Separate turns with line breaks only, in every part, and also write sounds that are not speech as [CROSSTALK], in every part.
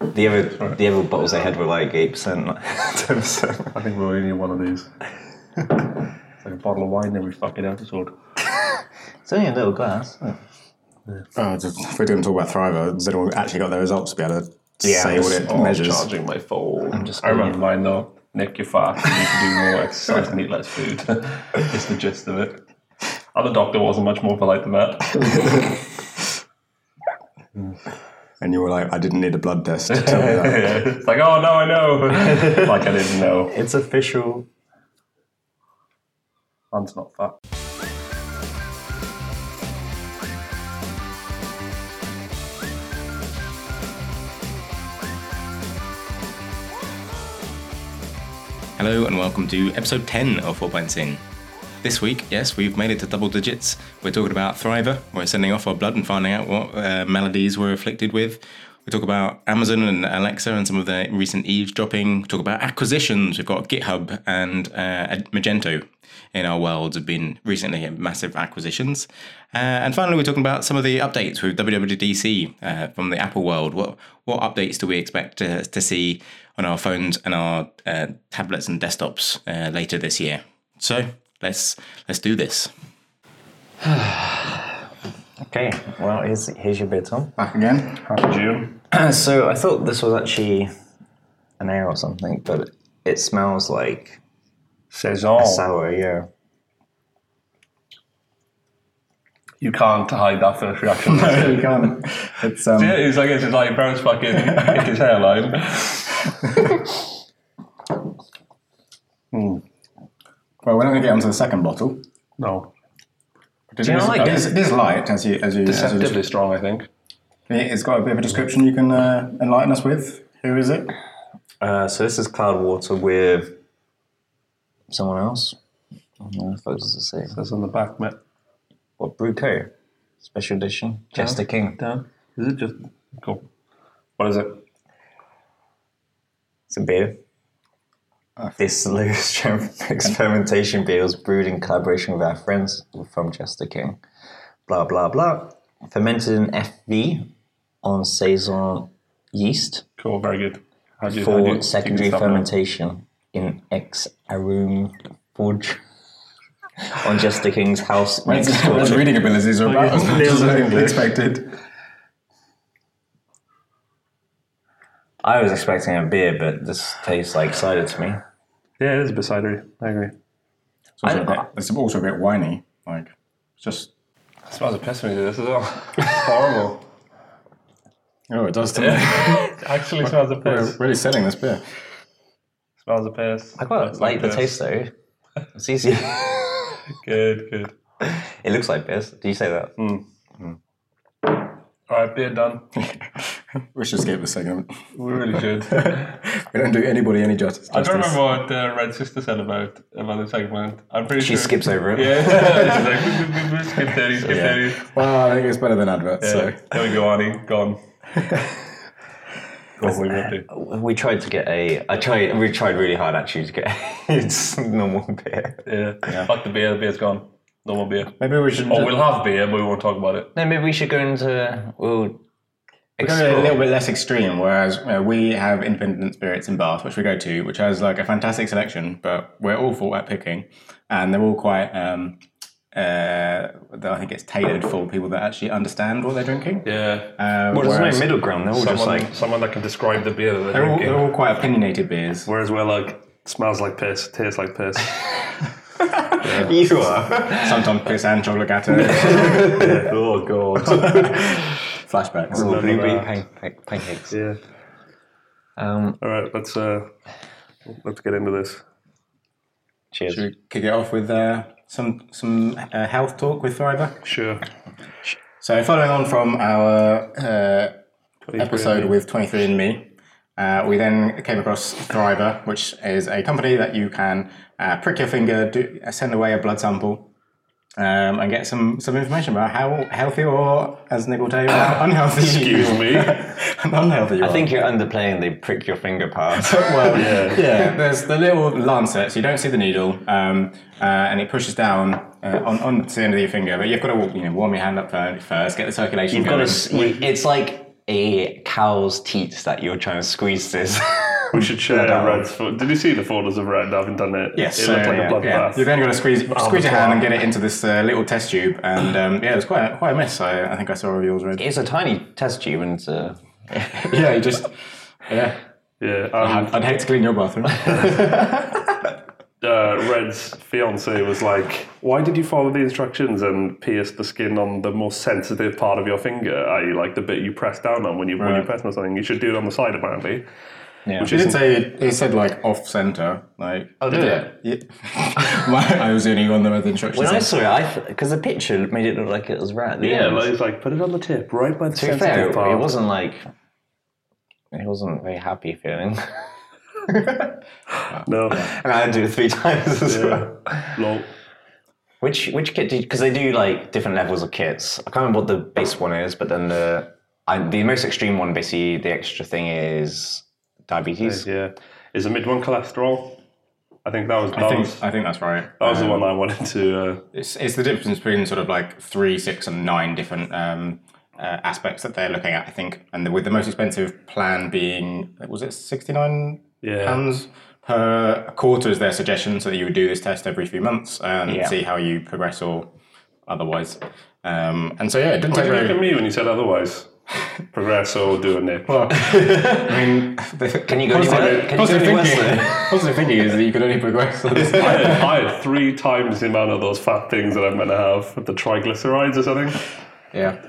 The other, the other bottles I had were like eight percent.
Ten percent. I think we'll need one of [LAUGHS] these. it's like a bottle of wine every fucking episode.
It's only a little glass. isn't it?
Oh, just, if we're going to talk about Thriver, has anyone actually got their results to be able to
Yeah,
say what
it's
it
Oh, I'm
measures?
charging my phone. I'm
just
I remember mine though. Nick, you're fat. You need to do more exercise and eat less food. [LAUGHS] it's the gist of it. Other doctor wasn't much more polite than that.
And you were like, I didn't need a blood test to tell me that.
it's like, oh no, I know. [LAUGHS] like I didn't know.
It's official.
Man's not fat.
Hello and welcome to episode 10 of Four Pints In. This week, yes, we've made it to double digits. We're talking about Thriver. We're sending off our blood and finding out what uh, maladies we're afflicted with. We talk about Amazon and Alexa and some of their recent eavesdropping. We talk about acquisitions. We've got GitHub and uh, Magento in our worlds have been recently massive acquisitions. Uh, and finally, we're talking about some of the updates with WWDC uh, from the Apple world. What what updates do we expect uh, to see on our phones and our uh, tablets and desktops uh, later this year? So let's let's do this.
Okay, well here's here's your beer, Tom.
Back again?
Happy June.
Uh, So I thought this was actually an ale or something, but it smells like
Saison.
sour. Yeah.
You can't hide that first [LAUGHS] reaction.
you can't. It's, um,
Yeah, it's like it's just like Brown's fucking hit his hairline.
Well, we're not going to get onto the second bottle.
No.
It
you
is-
like
it? Is, it is light, as you... As you as you
Deceptively strong, I think.
it's got a bit of a description you can uh, enlighten us with. Who is it?
Uh, so this is cloud water with someone else. I don't know if it was the same.
That's on the back, mate.
What brew co? Special edition. Chester King.
Down. Is it just cool? What is it?
It's a beer.
Ah,
This low
[LAUGHS]
strength fermentation beer was brewed in collaboration with our friends from Chester King. Blah blah blah. Fermented in FV on saison yeast.
Cool, very good. How do you, how do you-
for
do
secondary
you stop now?
fermentation in ex arum forge [LAUGHS] on Jester King's house next door.
His reading abilities are about as much as I expected.
I was expecting a beer, but this tastes like cider to me.
Yeah, it is a bit cidery. I agree.
It's also, a
I-
bit, it's also a bit whiny. Like, it's just...
It smells of piss when you do this as well. It's horrible.
Oh, it does to me.
[LAUGHS] Actually, smells of
We're [LAUGHS] really selling this beer.
[LAUGHS] Smells of piss.
I quite like the taste though. It's easy. [LAUGHS]
Good, good.
it looks like piss. Do you say that?
Mm. All right, beer done.
We should skip the segment.
We [LAUGHS] really [LAUGHS] should.
We don't do anybody any justice.
I don't remember what uh, Red Sister said about about the segment. I'm pretty
She
sure [LAUGHS]
skips over it.
Yeah, she's like, skip daddy, skip daddy.
Well, I think it's better than adverts. So.
There we go, Arnie. Gone. What were we gonna do?
Uh, We tried to get a. I tried. We tried really hard actually to get [LAUGHS] it's normal beer.
Yeah. Fuck the beer. The beer's gone. No more beer.
Maybe we should.
Oh, we'll have beer, but we won't talk about it.
No, maybe we should go into. We'll
go a
explore.
little bit less extreme, whereas uh, we have Independent Spirits in Bath, which we go to, which has like a fantastic selection, but we're awful at picking, and they're all quite. Um, uh, I think it's tailored for people that actually understand what they're drinking.
Yeah.
Uh,
Well, there's
whereas-
no middle ground. They're all just
someone,
like
someone that can describe the beer that they're,
they're all,
drinking.
they're all quite opinionated beers.
Whereas we're like, smells like piss, tastes like piss.
you are.
[LAUGHS] Sometimes piss and chocolate gato.
oh god.
Flashbacks.
Blueberry pancake, pancakes.
Yeah.
Um,
All right, let's uh, let's get into this.
cheers.
Should we kick it off with uh, some some uh, health talk with Thriver?
Sure.
So, following on from our uh, episode with 23andMe, uh, we then came across Thriver, which is a company that you can uh, prick your finger, do, uh, send away a blood sample, um, and get some, some information about how healthy or, as Nick will tell
[COUGHS]
you, how unhealthy you
Excuse me.
[LAUGHS] and unhealthy you are.
I think you're underplaying the prick your finger part. [LAUGHS]
well, yeah. there's the little lancet, so you don't see the needle, um, uh, and it pushes down uh, on, on to the end of your finger. But you've got to you know, warm your hand up fir- first, get the circulation
You've got
going.
to. You, it's like a cow's teats that you're trying to squeeze this. [LAUGHS]
We should share Red's pho- Did you see the photos of Red having done it?
Yes,
It
so,
looked like
yeah,
a bloodbath.
You're then going to squeeze squeeze your
God.
hand and get it into this uh, little test tube, and um, yeah, it was quite a, quite a mess. I, I think I saw of yours, Red.
It's a tiny test tube, and it's a,
yeah, you just yeah.
Yeah, and
I'd, I'd hate to clean
[LAUGHS]
your bathroom.
uh, Red's fiance was like, "Why did you follow the instructions and pierce the skin on the most sensitive part of your finger, i.e., like the bit you press down on when you when you
Right.
press on something? You should do it on the side, apparently."
Yeah.
Which
He
is
didn't say he said like off center, like oh
did
[LAUGHS] I was the only one that had the instructions.
when I
in.
saw it, I because the picture made it look like it was right. At the
yeah,
end.
like, it's like put it on the tip, right by the
to be fair,
sensitive
it
part.
wasn't like it wasn't very happy feeling. [LAUGHS]
no.
and I had to do it three [LAUGHS] times as well.
Yeah. Lol.
Which which kit did? Because they do like different levels of kits. I can't remember what the base one is, but then the I, the most extreme one, basically, the extra thing is diabetes.
Yeah, is a mid one cholesterol. I think that was that
I think um,
was,
I think that's right.
that was the one I wanted to. Uh,
It's, it's the difference between sort of like three, six, and nine different um, uh, aspects that they're looking at, I think. And the, with the most expensive plan being, was it sixty nine
Yeah.
pounds per quarter? Is their suggestion so that you would do this test every few months and
Yeah.
see how you progress or otherwise. Um, and so yeah, it didn't take
look at
very.
me when you said otherwise. Progress or do a nip.
Well, I mean, the,
[LAUGHS] Can you go
positive,
anywhere? Can you go
positive
anywhere [LAUGHS]
thinking, [LAUGHS]
else?
positive thinking is that you could only progress.
I
[LAUGHS]
had, I had three times the amount of those fat things that I'm going to have, the triglycerides or something.
Yeah.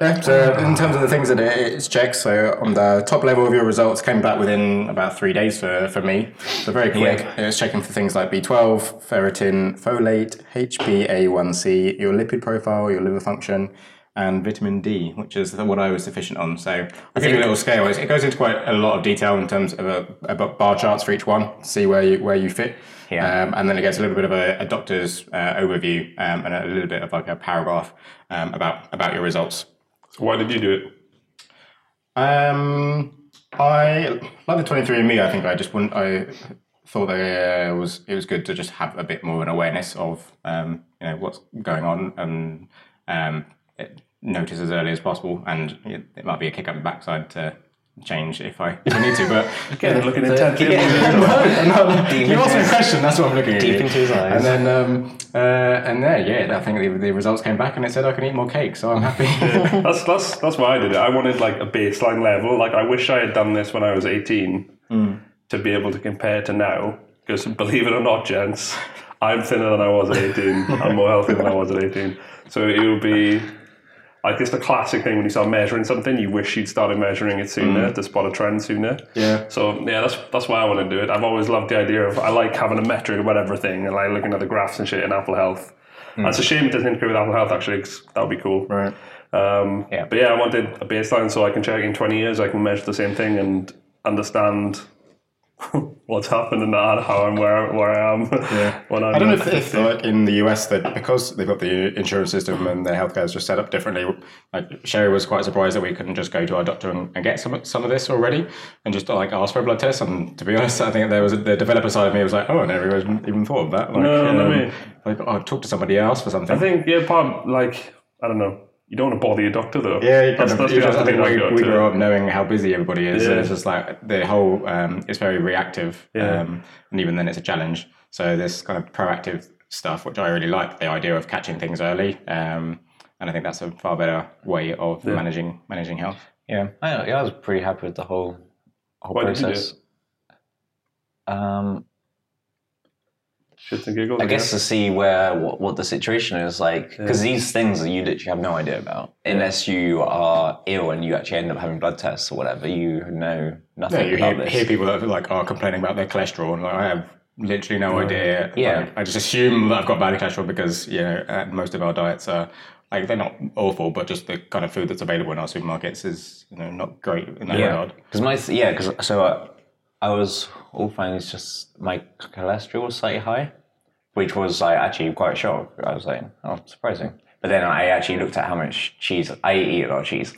Yeah, so in terms of the things that it, it's checked, so on the top level of your results came back within about three days for, for me. So very quick. It was checking for things like B12, ferritin, folate, HbA1c, your lipid profile, your liver function, and vitamin D, which is the- what I was deficient on. So I'll give you a little scale. It's- It goes into quite a lot of detail in terms of a, about bar charts for each one, see where you, where you fit.
Yeah.
Um, and then it gets a little bit of a, a doctor's uh, overview um, and a little bit of like a paragraph um, about about your results.
So why did you do it?
Um, I like the twenty three and me. I think I just wouldn't. I thought that uh, was it was good to just have a bit more of an awareness of um, you know what's going on and um, it- notice as early as possible. And it, it might be a kick up the backside to change if I, if I need to, but
Yeah, they're looking
[LAUGHS]
intently.
[LAUGHS] you asked me a question. That's what I'm looking at.
Deep
you.
into his eyes.
And then, um, uh, and there, yeah, I think the, the results came back, and it said I can eat more cake, so
[LAUGHS]
I'm [LAUGHS] happy.
[LAUGHS] That's, that's, that's why I did it. I wanted like a baseline level. Like, I wish I had done this when I was 18 to be able to compare to now. Because believe it or not, gents, I'm thinner than I was at 18. I'm more healthy than I was at 18. So it would be like it's the classic thing when you start measuring something, you wish you'd started measuring it sooner to spot a trend sooner.
Yeah.
So yeah, that's that's why I want to do it. I've always loved the idea of I like having a metric about everything and like looking at the graphs and shit in Apple Health. That's a shame it doesn't integrate with Apple Health actually. 'cause that would be cool.
right.
Um,
Yeah.
But yeah, I wanted a baseline so I can check in 20 years, I can measure the same thing and understand [LAUGHS] what's happened and how I'm where, where I am. [LAUGHS] when I'm
I don't know if, if like in the US that because they've got the insurance system and their healthcare is just set up differently. Like Sherry was quite surprised that we couldn't just go to our doctor and, and get some some of this already and just like ask for a blood test. And to be honest, I think there was the developer side of me was like, oh, I never even, even thought of that. Like,
No, no, no.
like oh, talk to somebody else for something.
I think, yeah, part, like, I don't know. You don't want to bother your doctor though.
Yeah, you kind
that's,
of,
that's
you
the
just, I
attitude
think
I've got
we, we
to it.
grew up knowing how busy everybody is. and
Yeah.
It's just like the whole, um, it's very reactive.
Yeah.
Um, and even then, it's a challenge. So, this kind of proactive stuff, which I really like the idea of catching things early. Um, and I think that's a far better way of managing managing health.
Yeah, I, yeah, I was pretty happy with the whole whole
Why did you do
process. Um,
Shits and giggles.
I guess to see where what, what the situation is like, because these things that you literally have no idea about, unless you are ill and you actually end up having blood tests or whatever, you know
Yeah,
nothing
you
about
hear,
this.
hear people that are like are complaining about their cholesterol, and like I have literally no idea.
Yeah.
Like, I just assume that I've got bad cholesterol because you know uh, most of our diets are like they're not awful, but just the kind of food that's available in our supermarkets is you know not great in that
yeah,
regard.
because my th- yeah, because so uh, I was all fine. It's just my cholesterol was slightly high, which was like actually quite shocked. I was like, oh, surprising. But then I actually looked at how much cheese I eat a lot of cheese,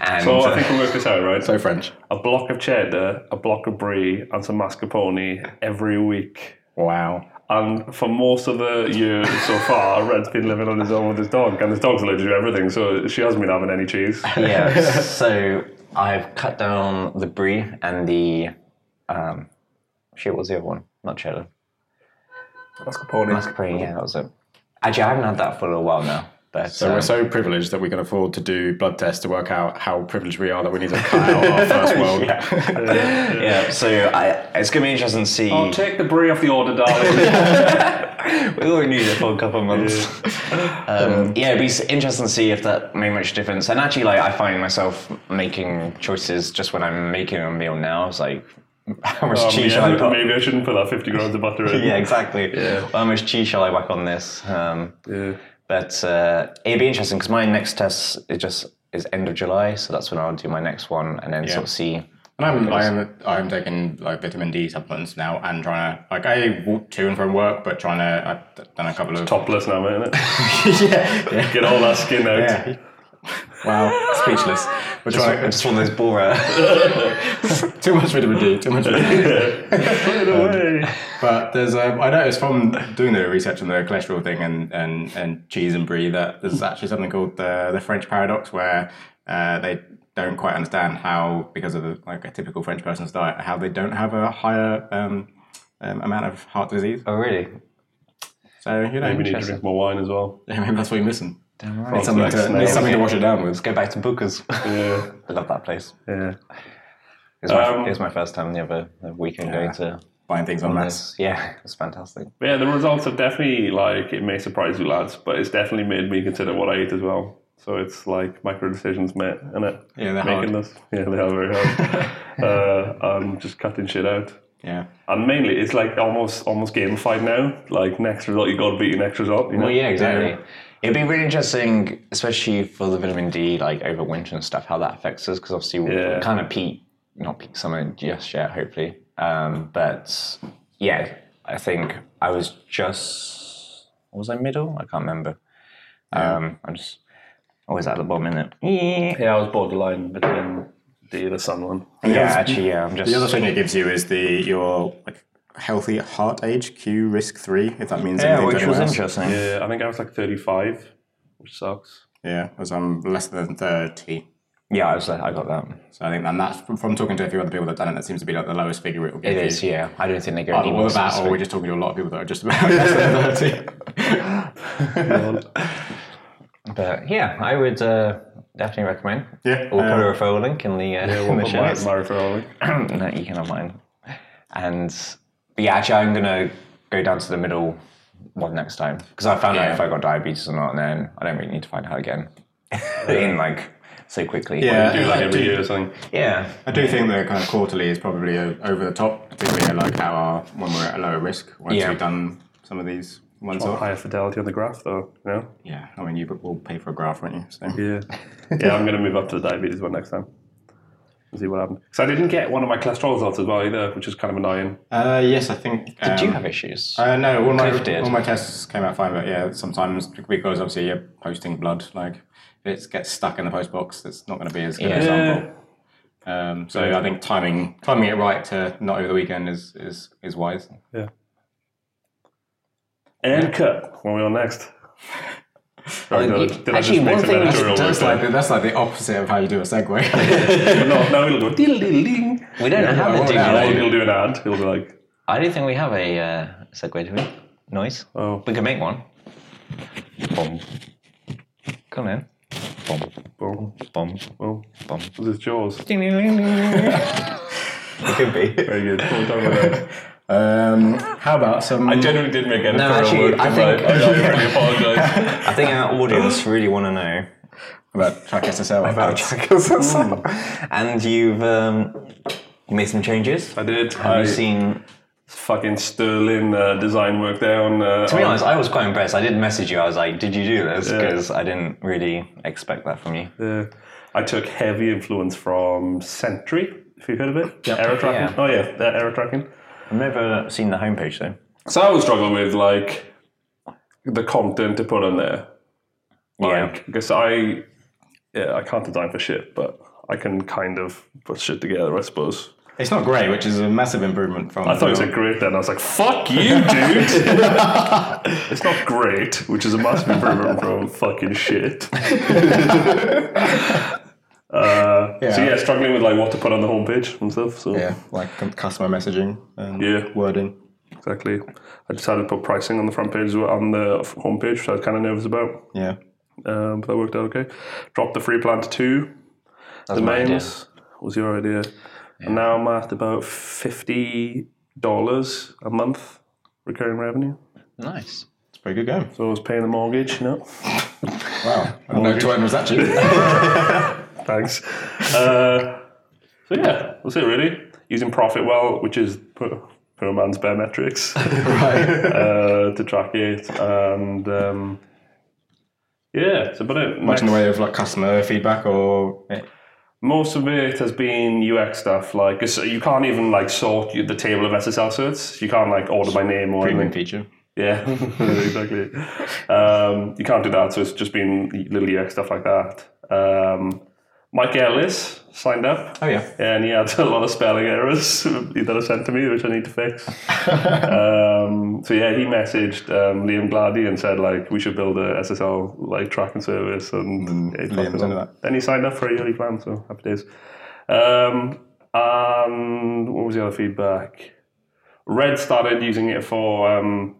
and
So I think we'll work this out, right?
So French.
a block of cheddar, a block of brie, and some mascarpone every week.
Wow.
And for most of the year so far, Red's been
[LAUGHS]
living on his own with his dog, and his dog's allergic to everything, so she hasn't been having any cheese.
yeah. So I've cut down the brie and the um, shit. What was the other one? Not cheddar.
Mascarpone.
Mascarpone. Yeah, that was it. Actually, I haven't had that for a little while now. But
So
um,
we're so privileged that we can afford to do blood tests to work out how privileged we are that we need to cut out
[LAUGHS]
our first world.
yeah, so I, it's gonna be interesting to see.
I'll take the brie off the order,
[LAUGHS]
darling.
We only knew that for a couple of months. Yeah. Um, yeah, it'd be s- interesting to see if that made much difference. And actually, like, I find myself making choices just when I'm making a meal now. It's like, [LAUGHS] how much
Um,
cheese
yeah,
shall I put?
maybe I shouldn't put that 50 grams of butter in.
Yeah, exactly. How much cheese shall I whack on this? Um,
Yeah.
But uh, it'd be interesting because my next test is just is end of July, so that's when I'll do my next one and then sort of see.
And I'm, I'm, I'm taking like vitamin D supplements now and trying to, like, I walk to and from work, but trying to, I've done a couple of.
Topless now,
[LAUGHS]
isn't it? Get all that skin out.
Yeah. [LAUGHS] Wow, speechless. We're
I
trying
just want this Bora.
[LAUGHS] too much vitamin D, too much vitamin D.
Put it away.
[LAUGHS] But there's, um, I noticed from doing the research on the cholesterol thing and, and, and cheese and brie that there's actually something called the, the French paradox where uh, they don't quite understand how, because of the, like a typical French person's diet, how they don't have a higher um, um, amount of heart disease.
oh, really?
So, Uh, you know,
Maybe need to drink more wine as well.
yeah, maybe that's what you're missing.
Damn
Need
right.
something, to, need something to wash it down with.
Let's go back to Booker's.
Yeah.
I love that place.
Yeah.
It was, my,
Um,
it was my first time the other the weekend going to.
Buying things on mass.
Yes, yeah, it was fantastic.
But yeah, the results have definitely, like, it may surprise you, lads, but it's definitely made me consider what I eat as well. So it's like micro decisions, mate, and it
Yeah, they're
making
hard.
this. Yeah, they are very hard.
[LAUGHS]
uh, I'm just cutting shit out,
Yeah.
and mainly it's like almost almost gamified now. Like next result, you got to beat your next result. You know?
Well, yeah, exactly. It'd be really interesting, especially for the vitamin D, like over winter and stuff, how that affects us, because obviously
Yeah.
we're kind of peak, not peak summer just yet, hopefully. Um, but yeah, I think I was just, was I middle? I can't remember. Um, I'm just always at the bottom, innit? Yeah,
Yeah, I was borderline between the the sun one.
actually, yeah, I'm just.
The other thing it gives you is the your like healthy heart age, Q risk three, if that means
yeah,
anything to
which was
anyone else.
interesting.
Yeah, I think I was like 35, which [LAUGHS] sucks.
Yeah, because I'm less than 30.
Yeah, I was like, I got that.
So I think, and that's from, from talking to a few other people that have done it, that seems to be like the lowest figure it will give
It
you.
is, yeah. I don't think they go
Either
anymore.
all of that, or we're just talking to a lot of people that are just about [LAUGHS] less
[LAUGHS]
than 30.
But yeah, I would uh, definitely recommend.
Yeah,
We'll put
um,
a referral link in the, uh, in the
But
show
my,
notes.
my referral link.
[CLEARS THROAT] no, you can have mine. And but yeah, actually, I'm gonna go down to the middle one next time because I found out
Yeah.
if I got diabetes or not, and then I don't really need to find out [LAUGHS] again in like so quickly.
Yeah,
Do like
I,
every
do,
year or something.
yeah.
I do think the kind of quarterly is probably uh over the top, particularly like how our, when we're at a lower risk, once
Yeah.
we've done some of these ones off.
"Oh, Higher fidelity on the graph, though. You know?
Yeah, I mean, you will pay for a graph, won't you? So.
Yeah. yeah, I'm going to move up to the diabetes one next time and see what happens. Because I didn't get one of my cholesterol results as well either, which is kind of annoying.
Uh, yes, I think.
Did
um,
you have issues?
Uh, no, all my,
Cliff did.
all my tests came out fine, but yeah, sometimes because obviously you're posting blood, like if it gets stuck in the post box, it's not going to be as good a sample. Um, so I think timing timing it right to not over the weekend is is, is wise.
And cut. When we on next? [LAUGHS] Sorry,
you-
did I- did I just
actually,
make
one
some
thing that's-
editorial
That's
work
like the, that's like the opposite of how you do a segue. [LAUGHS]
there? no, no, it'll go ding ding ding.
We don't have
well,
a
now-
Or
jingle.
he'll do an ad. He'll be like,
I don't think we have a uh, segue to it. Noise.
oh,
We can make one. Boom. Come in. Boom.
boom,
Boom.
boom,
Boom.
this is Jaws.
It could be.
Very good. What are we talking about?
um, how about some?
I generally did make editorial
actually,
work.
I
but
think- [LAUGHS]
I, I really apologise.
I think our audience really want to know.
how about track SSL?
about Jackals and Summer. And you've um, you made some changes.
I did.
Have
I
you seen?
fucking sterling uh, design work there on. Uh,
To be
on-
honest, I was quite impressed. I did message you. I was like, "Did you do this?" Because I didn't really expect that from you.
Yeah. I took heavy influence from Sentry, if you've heard of it. Error tracking.
Yeah.
Oh, yeah, that error tracking.
I've never seen the homepage though.
So I always struggle with like the content to put on there.
Yeah.
Like, because I, yeah, I can't design for shit, but I can kind of put shit together, I suppose.
It's not great, which is a massive improvement from.
I thought it was great then. I was like,
[LAUGHS]
fuck you, dude. it's not
[LAUGHS]
great, which is a massive improvement from fucking shit. Uh, So
Yeah.
yeah, struggling with like what to put on the homepage and stuff. So
Yeah, like com- customer messaging and
Yeah.
wording.
exactly, I decided to put pricing on the front page as well- on the f- homepage, which I was kind of nervous about.
Yeah.
Um, but that worked out okay. Dropped the free plan to two.
That's
the
my idea.
mains was your idea. And now I'm at about fifty dollars a month recurring revenue.
Nice.
It's a pretty good game.
So I was paying the mortgage, you know.
Wow. No twin was that cheap.
Thanks. uh, so yeah, that's it really. Using profit well, which is poor, poor man's bare metrics uh, to track it, and um, yeah, that's about it.
Much in the
Next-
way of like customer feedback or
most of it has been UX stuff. Like it's- you can't even like sort the table of SSL certs. You can't like order by name or anything.
premium feature.
Yeah, [LAUGHS] exactly. Um, you can't do that, so it's just been little UX stuff like that. Um, Mike Ellis signed up.
Oh yeah.
and he had a lot of spelling errors [LAUGHS] that are sent to me, which I need to fix. um, so yeah, he messaged um, Liam Gladdy and said like we should build a SSL like tracking service, and yeah, he talked
Liam's
about-
into that.
Then he signed up for a yearly plan, so happy days. Um, and what was the other feedback? Red started using it for um,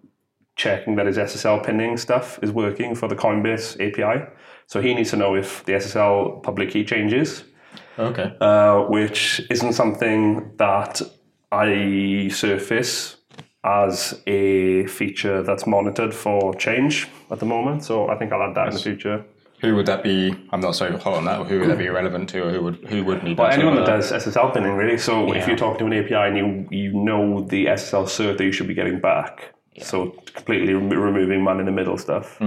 checking that his SSL pinning stuff is working for the Coinbase API. So he needs to know if the SSL public key changes
Okay.
uh, which isn't something that I surface as a feature that's monitored for change at the moment. So I think I'll add that in the future.
Who would that be? I'm not so hot on that. Who would that be relevant to, or who would who would need
But
that?
anyone
sort
that
of-
does SSL pinning, really. So if you're talking to an API and you you know the SSL cert that you should be getting back, so completely rem- removing man in the middle stuff.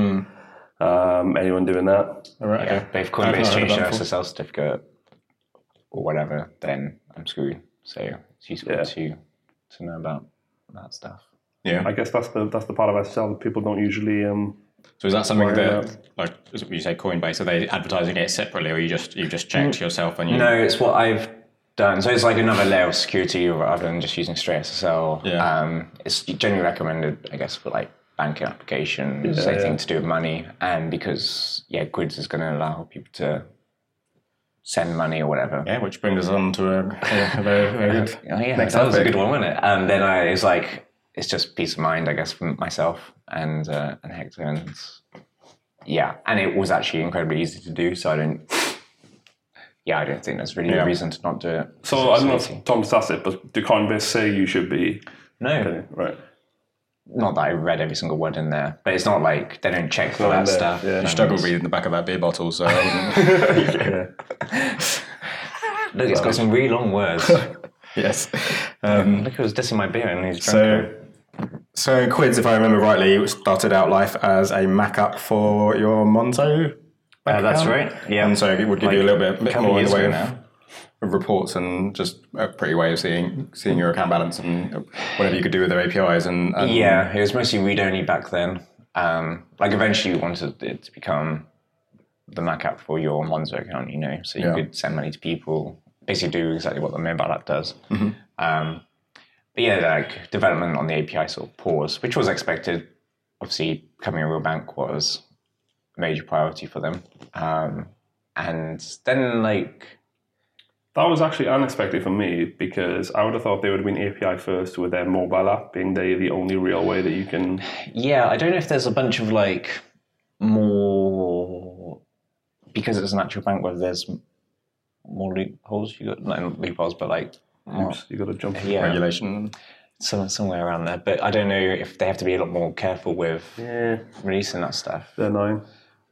Um, anyone doing that?
All right.
Yeah,
Okay.
but if
I've not
Coinbase
heard
changed
of
their
that before.
SSL certificate or whatever, then I'm screwed. So it's useful
Yeah.
to to know about that stuff.
yeah.
I guess that's the that's the part of SSL that people don't usually. Um,
So is that something
about-
that like is it- you say Coinbase? Are they advertising it separately, or you just you just checked yourself and you?
Mm. No, it's what I've done. So it's like another layer of security rather than just using straight SSL.
Yeah.
Um, it's generally recommended, I guess, for like banking applications, anything to do with money, and because yeah, grids is going to allow people to send money or whatever.
Yeah, which brings us on to a, a
[LAUGHS]
very, very good.
Oh yeah, that was a good one, wasn't it? And then I it was like, it's just peace of mind, I guess, for myself and uh, and Hector, and yeah, and it was actually incredibly easy to do. So I don't, yeah, I don't think there's really a reason to not do it.
so I don't know
It's easy.
if Tom's asked it, but do Coinbase say you should be
No,
right?
not that I read every single word in there, but it's not like they don't check for that
there,
stuff.
yeah.
You struggled reading the back of that beer
[LAUGHS]
bottle, so I wouldn't-
Look, it's got some really
[LAUGHS]
long words. Look,
[LAUGHS] Yes. Um,
it was dissing my beer and he's drunk.
So, so quids, if I remember rightly, started out life as a Mac app for your Monzo.
Uh, that's
account.
right. Yeah,
And so it would give you a little bit, bit
couple
more in
years
the way
ago
of
now.
of reports and just a pretty way of seeing seeing your account balance and whatever you could do with their APIs and, and
Um,
Yeah, it was mostly read only back then. Um, like eventually, you wanted it to become the Mac app for your Monzo account, you know, so you
Yeah.
could send money to people. Basically, do exactly what the mobile app does. Um, but yeah, like development on the API sort of paused, which was expected. Obviously, becoming a real bank was a major priority for them. Um, and then, like,
That was actually unexpected for me because I would have thought they would have been API first with their mobile app being they the only real way that you can.
Yeah, I don't know if there's a bunch of like more because it's an actual bank whether there's m- more loopholes you got not loopholes but like more,
Oops, you got to jump.
yeah
regulation.
some, somewhere around there but I don't know if they have to be a lot more careful with
Yeah,
releasing that stuff
they're annoying.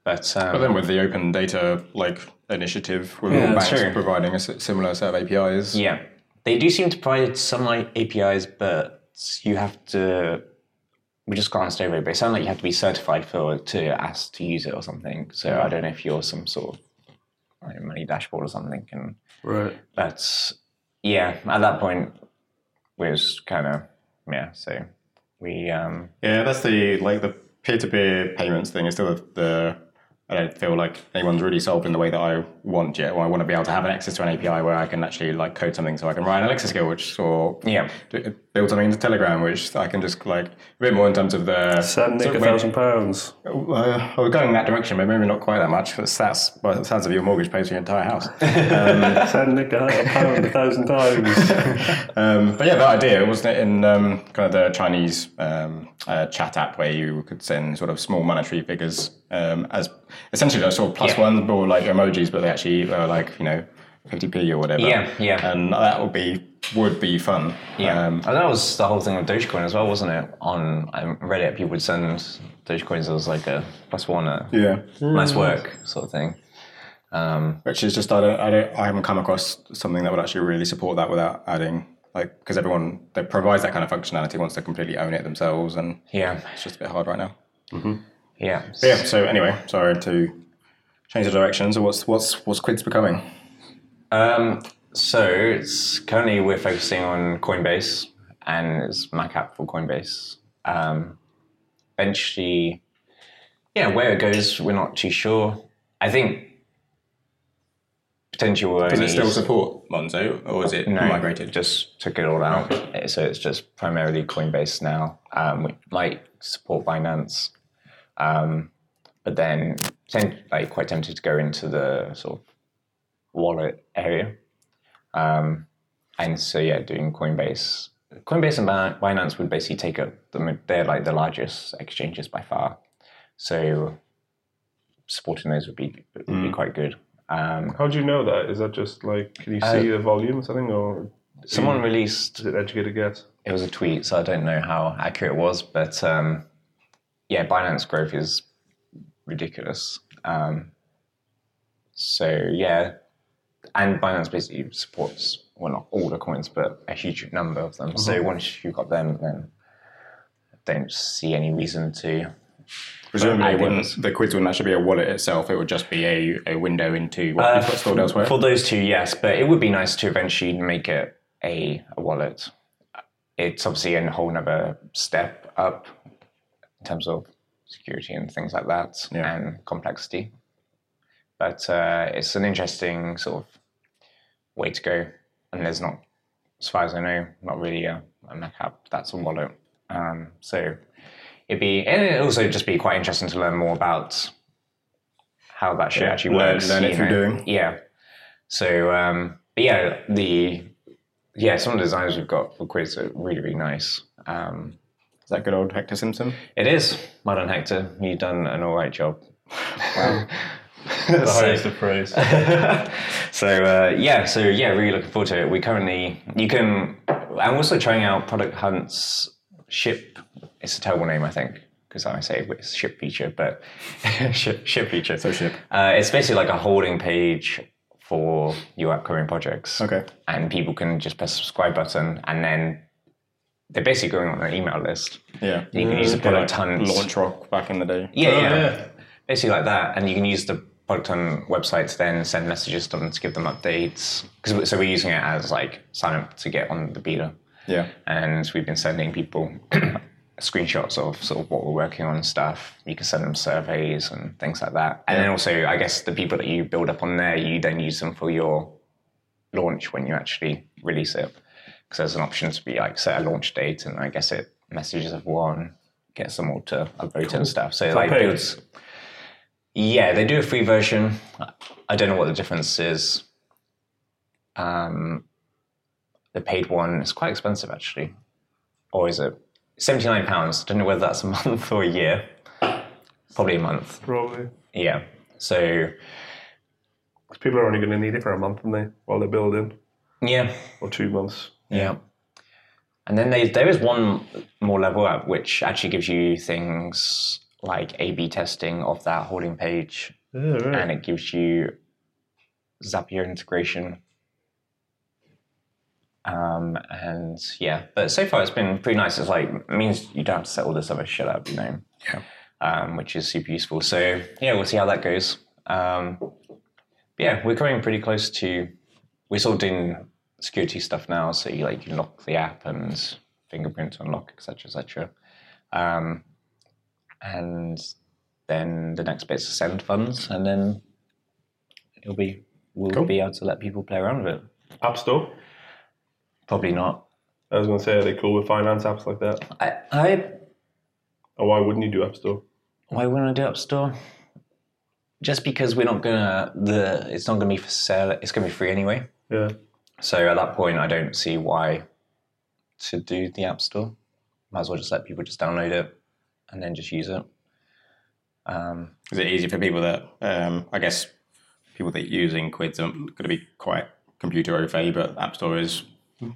but, um,
But then with the open data like initiative, with all
that's
banks
true.
providing a s- similar set of APIs.
yeah they do seem to provide some like APIs but you have to we just glanced over it but it sounded like you have to be certified for to ask to use it or something so I don't know if you're some sort of like, money dashboard or something and
Right.
that's yeah at that point we was kind of yeah so we um
Yeah, that's the like the peer to peer payments thing is still the, the I don't feel like anyone's really solved in the way that I want yet. Or I want to be able to have an access to an API where I can actually like code something, so I can write an Alexa skill, which or
Yeah.
d- build something into Telegram, which I can just like a bit more in terms of the
Send Nick
sort
a
of where-
thousand pounds.
uh, I was going that direction, but maybe not quite that much. But that's by the sounds of your mortgage pays for your entire house.
Send Nick a [LAUGHS] a pound a thousand times.
Um, but yeah, that idea wasn't it in um, kind of the Chinese um, uh, chat app where you could send sort of small monetary figures um, as essentially those sort of plus ones, or like emojis, but they actually were like you know fifty p or whatever.
Yeah, yeah.
And that would be would be fun.
Yeah,
Um,
and that was the whole thing with Dogecoin as well, wasn't it? On um, Reddit, people would send Dogecoins as like a plus one, a
yeah.
nice work sort of thing.
Which is just I don't I don't I haven't come across something that would actually really support that without adding like because everyone that provides that kind of functionality wants to completely own it themselves and
Yeah,
it's just a bit hard right now.
yeah.
But yeah. So anyway, sorry to change the direction. So what's what's what's quids becoming?
Um, so it's currently we're focusing on Coinbase and it's Mac app for Coinbase. Um, eventually, yeah, where it goes, we're not too sure. I think potentially we'll
Does
only
it still
use-
support Monzo or is it
no,
migrated?
Just took it all out. Uh, So it's just primarily Coinbase now, um, which might support Binance. Um, but then, tem- like, quite tempted to go into the sort of wallet area. Um, and so, yeah, doing Coinbase. Coinbase and Bin- Binance would basically take up, the, ma- they're like the largest exchanges by far. So supporting those would be, would be quite good. Um,
How do you know that? Is that just like can you see
Uh,
the volume or something, or
someone released
is it educated guess?
it was a tweet, so I don't know how accurate it was, but um, yeah, Binance growth is ridiculous. Um, so yeah, and Binance basically supports well not all the coins, but a huge number of them. So once you've got them, then I don't see any reason to.
Presumably,
I
it wouldn't-
guess.
the quids wouldn't actually be a wallet itself. It would just be a, a window into what you've got stored elsewhere.
Um, For those two, yes, but it would be nice to eventually make it a, a wallet. It's obviously a whole nother step up in terms of security and things like that
Yeah.
and complexity. But uh, it's an interesting sort of way to go. And there's not, as far as I know, not really a, a Mac app that's a wallet. Um, so it'd be, and it'd also just be quite interesting to learn more about how that shit
Yeah,
actually
learn-
works.
learn it
you
through
know.
doing.
Yeah. So, um, but yeah, the yeah, some of the designs we've got for quiz are really really nice. Um,
Is that good old Hector Simpson?
it is, well done, Hector. You've done an all right job. [LAUGHS]
The highest of praise.
So uh, yeah, so yeah, really looking forward to it. We currently you can. I'm also trying out Product Hunt's ship. It's a terrible name, I think, because I say it's ship feature, but [LAUGHS] ship, ship feature. So
ship.
Uh, it's basically like a holding page for your upcoming projects.
Okay.
And people can just press subscribe button, and then they're basically going on an email list.
Yeah.
You can use the Product Hunt
Launch Rock back in the day.
yeah, yeah. Basically like that. And you can use the product on website to then send messages to them to give them updates. 'Cause- so we're using it as like sign up to get on the beta.
Yeah.
And we've been sending people [CLEARS THROAT] screenshots of sort of what we're working on and stuff. You can send them surveys and things like that. And then also, I guess the people that you build up on there, you then use them for your launch when you actually release it. Because there's an option to be like set a launch date, and I guess it messages everyone, gets them all to upvote it and stuff. So like
paid?
builds. Yeah, they do a free version. I don't know what the difference is. Um, the paid one is quite expensive actually, or is it seventy nine pounds? Don't know whether that's a [LAUGHS] month or a year. Probably a month.
Probably.
Yeah. So
Because people are only going to need it for a month, aren't they? While they're building,
yeah,
or two months.
Yeah. And then they, there is one more level up which actually gives you things like A B testing of that holding page
Mm.
and it gives you Zapier integration. Um, and yeah, but so far it's been pretty nice. It's like means you don't have to set all this other shit up, you know.
Yeah.
Um, which is super useful. So yeah, we'll see how that goes. Um, but yeah, we're coming pretty close to. We're sort of doing security stuff now, so you like you lock the app and fingerprint unlock, etc., etc. Um, and Then the next bit's to send funds, and then it'll be we'll be able to let people play around with it.
App Store.
Probably not.
I was going to say, are they cool with finance apps like that?
I, I
Or why wouldn't you do App Store?
why wouldn't I do App Store? Just because we're not gonna the it's not gonna be for sale. It's gonna be free anyway.
Yeah.
So at that point, I don't see why to do the App Store. Might as well just let people just download it and then just use it. Um,
Is it easy for people that um, I guess people that using quids are going to be quite computer overlay, but App Store is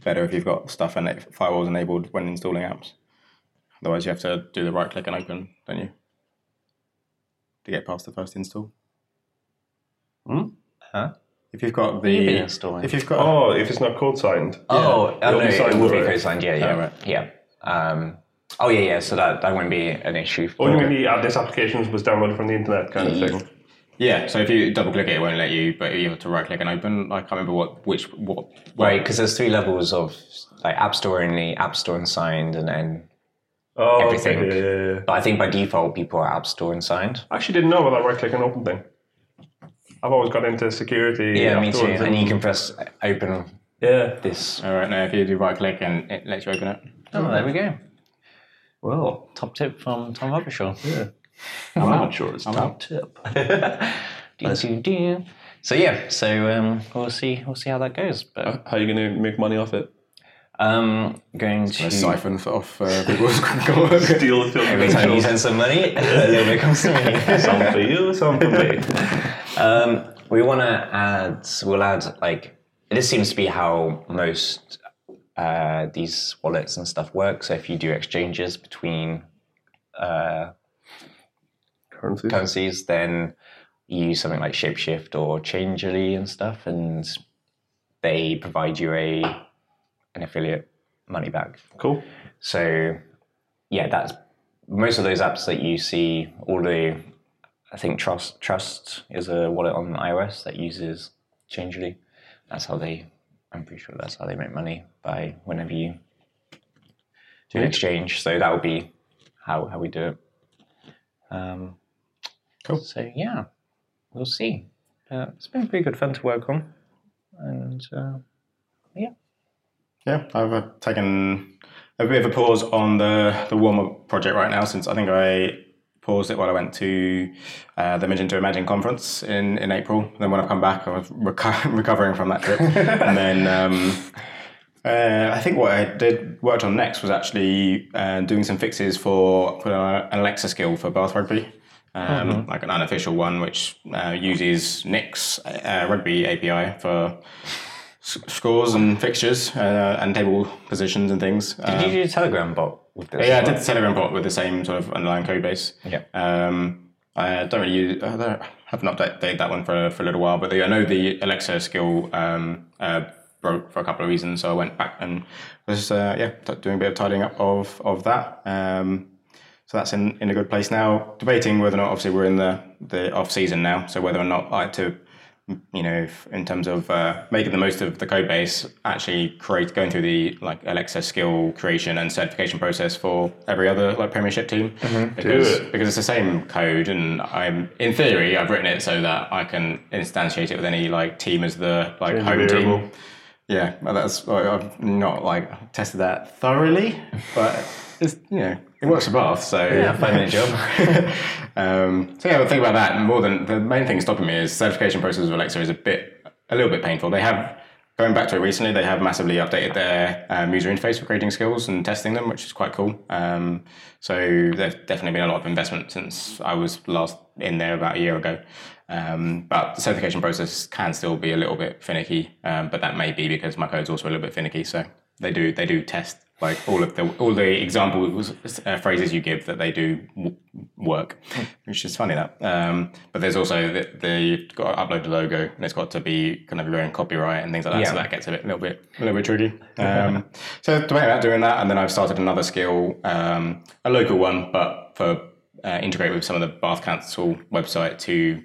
better if you've got stuff and it- firewalls enabled when installing apps. Otherwise, you have to do the right click and open, don't you, to get past the first install?
Hmm?
Huh?
If you've got
You've been
the
installing.
if you've got
Oh, if it's not code signed.
Oh, oh
It'll
no,
be
it
signed
will be
already.
co-signed. Yeah, yeah,
Oh, right.
yeah. Um, oh yeah, yeah. So that that won't be an issue.
Or you
for-
mean the uh, this application was downloaded from the internet kind of thing?
yeah, so if you double click it, it won't let you, but you have to right click and open. I can't remember what which what
right? Because there's three levels of like App Store only, App Store and signed, and then.
Oh,
Everything.
okay, yeah, yeah, yeah.
But I think by default, people are App Store and signed.
I actually didn't know about that right click and open thing. I've always got into security.
Yeah, me too.
afterwards
And
and-
you can press open
yeah.
this.
All right, now if you do right click and it lets you open it.
Oh, there we go. Well, top tip from Tom Robichaud.
I'm not sure it's
Top [LAUGHS] tip. do, do, do. So yeah, so um, we'll see. We'll see how that goes. But
How are you going to make money off it?
um, going to
A siphon for off uh, people's [LAUGHS] calls.
Deal with
Every time you send some
[LAUGHS]
money, a little bit comes to me.
Some for you, some for me.
Um, we want to add, we'll add like, this seems to be how most uh, these wallets and stuff work. So if you do exchanges between
Currency.
currencies, then you use something like Shapeshift or Changerly and stuff, and they provide you a an affiliate money back.
Cool.
So yeah, that's most of those apps that you see. All the I think Trust Trust is a wallet on iOS that uses Changely. That's how they. I'm pretty sure that's how they make money by whenever you do an exchange. So that would be how how we do it. Um,
Cool.
So yeah, we'll see. Uh, it's been pretty good fun to work on, and uh,
Yeah, I've uh, taken a bit of a pause on the the warm up project right now since I think I paused it while I went to uh, the Mission to Imagine conference in in April. Then when I come back, I was reco- [LAUGHS] recovering from that trip, and then. Um, uh, I think what I did worked on next was actually uh, doing some fixes for, for an Alexa skill for Bath Rugby, um, like an unofficial one which uh, uses Nick's uh, Rugby API for s- scores and fixtures uh, and table positions and things. Um,
did you do a Telegram bot with this?
yeah, I did the Telegram bot with the same sort of underlying code base.
Yeah.
Um, I don't really use, I don't, haven't updated that one for, for a little while, but the, I know the Alexa skill um, uh, broke for a couple of reasons, so I went back and was uh, yeah t- doing a bit of tidying up of of that. Um, so that's in, in a good place now. Debating whether or not, obviously, we're in the, the off season now, so whether or not I to, you know, if, in terms of uh, making the most of the code base, actually create going through the like Alexa skill creation and certification process for every other like Premiership team because
Mm-hmm. it.
because it's the same code, and I'm in theory I've written it so that I can instantiate it with any like team as the like home
variable.
team. Yeah, well, that's well, I've not like tested that thoroughly, but it's you know it works for Bath, so yeah, five minute job. [LAUGHS] um, so yeah, I'll think about that more than the main thing stopping me is certification process with Alexa is a bit a little bit painful. They have going back to it recently. They have massively updated their um, user interface for creating skills and testing them, which is quite cool. Um, so there's definitely been a lot of investment since I was last in there about a year ago. Um, but the certification process can still be a little bit finicky, um, but that may be because my code's also a little bit finicky. So they do they do test like all of the all the examples uh, phrases you give that they do w- work, which is funny that. Um, but there's also the, the you've got to upload a logo and it's got to be kind of your own copyright and things like that. So
Yeah.
that gets a bit, little bit a little bit tricky. Um, so debating about doing that, and then I've started another skill, um, a local one, but for uh, integrate with some of the Bath Council website to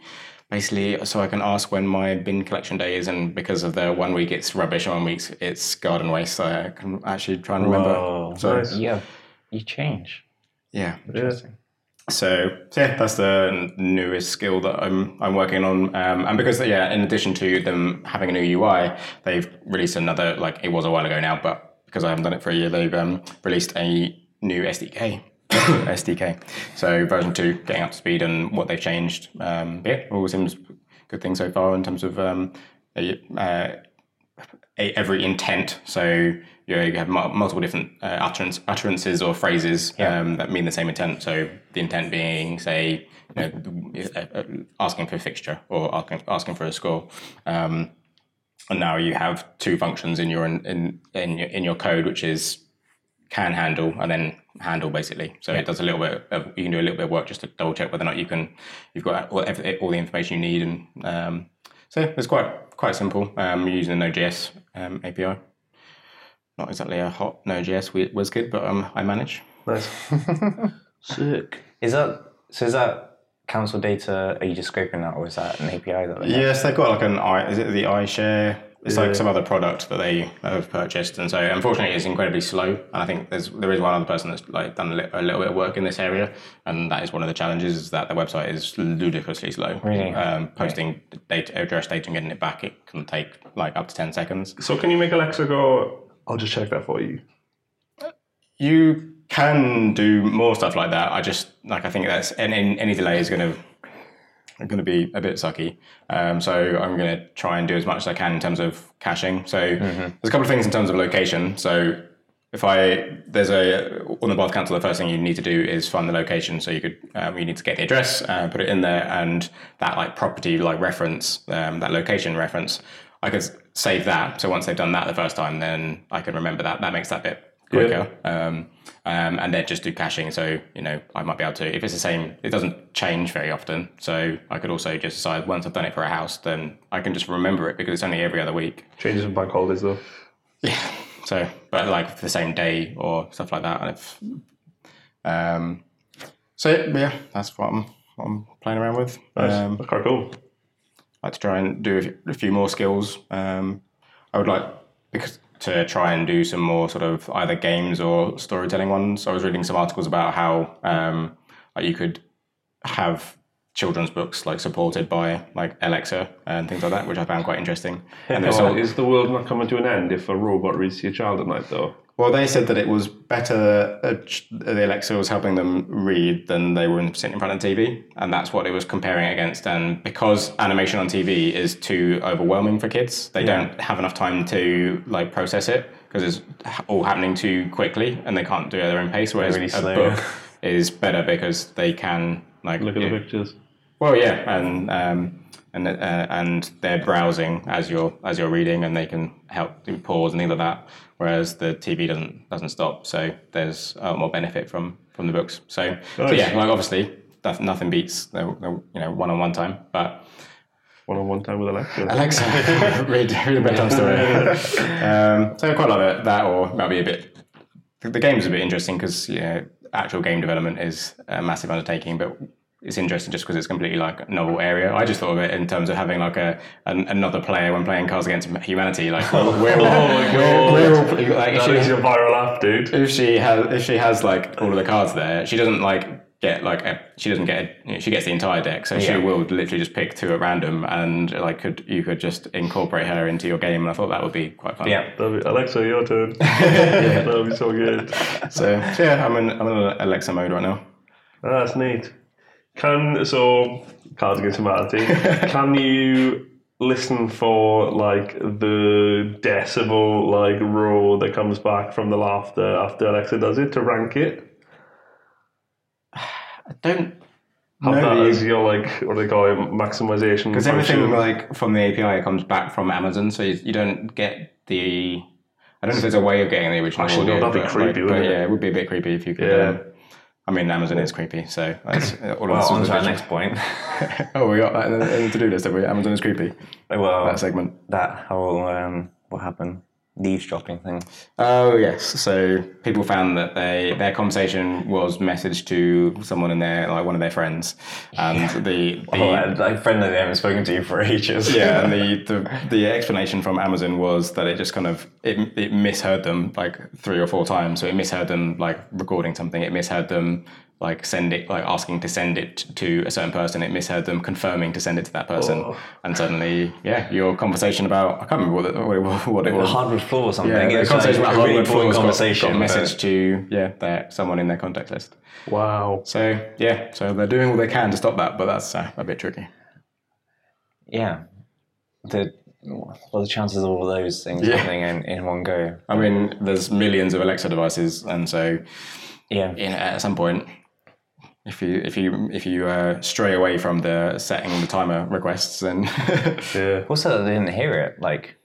basically so I can ask when my bin collection day is, and because of the one week it's rubbish and one week it's garden waste, so I
Oh,
can actually try and remember.
Whoa.
so
Nice.
yeah, you change.
yeah,
Yeah.
So yeah, that's the newest skill that I'm I'm working on. Um, and because yeah, in addition to them having a new UI, they've released another like it was a while ago now, but because I haven't done it for a year, they've um, released a new [COUGHS] SDK. SDK. So version two, getting up to speed and what they've changed. Um, but yeah, all seems good thing so far in terms of um, a, uh, a, every intent. So you, know, you have mul- multiple different uh, utterance, utterances or phrases um, that mean the same intent. So the intent being, say, you know, uh, uh, asking for a fixture or asking, asking for a score. Um, and now you have two functions in your in, in in your, in your code, which is can handle and then handle basically. So it does a little bit. Of, you can do a little bit of work just to double check whether or not you can. You've got all, every- all the information you need, and um, so yeah, it's quite quite simple. Um, you're using a Node.js um, API. Not exactly a hot Node.js wi- whiz kid, but um, I manage.
Nice. Is that so? Is that council data? Are you just scraping that, or is that an API that? they have?
Yes, they've got like an i. Is it the iShare? It's like some other product that they have purchased, and so unfortunately, it's incredibly slow. And I think there's there is one other person that's like done a, li- a little bit of work in this area, and that is one of the challenges is that the website is ludicrously slow.
Really?
um, posting the data address data and getting it back, it can take like up to ten seconds.
So can you make Alexa go? I'll just check that for you.
You can do more stuff like that. I just like I think that's any any delay is going to going to be a bit sucky. Um, so I'm going to try and do as much as I can in terms of caching. So there's a couple of things in terms of location. So if I there's a on the bath council, the first thing you need to do is find the location. So you could um, you need to get the address, uh, put it in there, and that like property like reference, um, that location reference. I could s- save that. So once they've done that the first time, then I can remember that. That makes that bit quicker. Um, um, and then just do caching. So you know I might be able to if it's the same. It doesn't change very often. So I could also just decide once I've done it for a house, then I can just remember it because it's only every other week.
Changes in bank holidays though.
Yeah. So, but like the same day or stuff like that. And if, um, so yeah, that's what I'm, what I'm playing around with. Um,
That's quite cool.
I'd like to try and do a few- a few more skills. Um, I would like because to try and do some more sort of either games or storytelling ones. I was reading some articles about how um, like you could have children's books like supported by like Alexa and things like that, which I found quite interesting. And there's
So
some-
is the world not coming to an end if a robot reads to your child at night though?
Well, they said that it was better uh, ch- the Alexa was helping them read than they were in- sitting in front of the TV, and that's what it was comparing against. And because animation on TV is too overwhelming for kids, they don't have enough time to like process it because it's h- all happening too quickly, and they can't do it at their own pace. Whereas
really
a
slow,
book is better because they can like
Look at
you-
the pictures.
well, yeah, and um, and uh, and they're browsing as you're as you're reading, and they can help do pause and things like that. Whereas the TV doesn't doesn't stop, so there's a lot more benefit from from the books. So, so
Nice.
yeah, like obviously that, nothing beats the, the you know one on one time, but
One on one time with Alexa.
Alexa, [LAUGHS] read, read a bedtime [LAUGHS] story. um, so I quite like it. that, or maybe a bit. The, the game's a bit interesting because you know, actual game development is a massive undertaking, but it's interesting just because it's completely like a novel area. I just thought of it in terms of having like a an, another player when playing Cards Against Humanity. Like [LAUGHS] we're, we're, all, we're, all like, if
Oh That
she-
is a viral app, dude.
if she has if she has like all of the cards there, she doesn't like get like a, she doesn't get a, you know, she gets the entire deck, so she will literally just pick two at random, and like could you could just incorporate her into your game, and I thought that would be quite fun.
Yeah.
That'd be, Alexa, your
[LAUGHS]
turn. That'd be so good.
So yeah, I'm in I'm in Alexa mode right now.
Ah, That's neat. Can so Cards Against
[LAUGHS]
Humanity? can you listen for like the decibel like roar that comes back from the laughter after Alexa does it to rank it?
I don't
Have
No,
that
you-
as your like what do they call it maximization?
because
function?
everything like from the API comes back from Amazon, so you, you don't get the. I don't know if there's a way of getting the original.
Actually, no,
audio,
that'd be
but,
creepy,
like,
wouldn't
but,
it?
Yeah, it would be a bit creepy if you could.
Yeah.
Um, I mean, Amazon is creepy, so
[LAUGHS]
that's all
Well,
of
on
this
to our
was
next point.
[LAUGHS] Oh, we got that in the, in the to-do list, have we? Amazon is creepy.
[LAUGHS] well,
That segment.
that whole um, what happened, leaves dropping thing.
Oh yes. So people found that they their conversation was messaged to someone in their like one of their friends, and the, the
Oh, that- like friend that they haven't spoken to you for [LAUGHS] ages.
yeah, and the, the the explanation from Amazon was that it just kind of it, it misheard them like three or four times. So it misheard them like recording something. It misheard them like send it, like asking to send it to a certain person, it misheard them, confirming to send it to that person,
Oh.
and suddenly, yeah, your conversation about I can't remember what it, what it, was- what it
A
was.
hardwood floor or something.
Yeah,
it
the
was
conversation
like a
about
really
Harvard
boring
Falls got-
conversation.
got a
but-
message to yeah, their, someone in their contact list.
Wow.
So yeah, so they're doing all they can to stop that, but that's uh, a bit tricky.
yeah. The what are the chances of all those things
Yeah.
happening in, in one go?
I mean, there's millions of Alexa devices, and so
Yeah.
you know, at some point, if you if you if you uh, stray away from the setting the timer requests, then [LAUGHS]
Yeah.
Also, they didn't hear it. Like,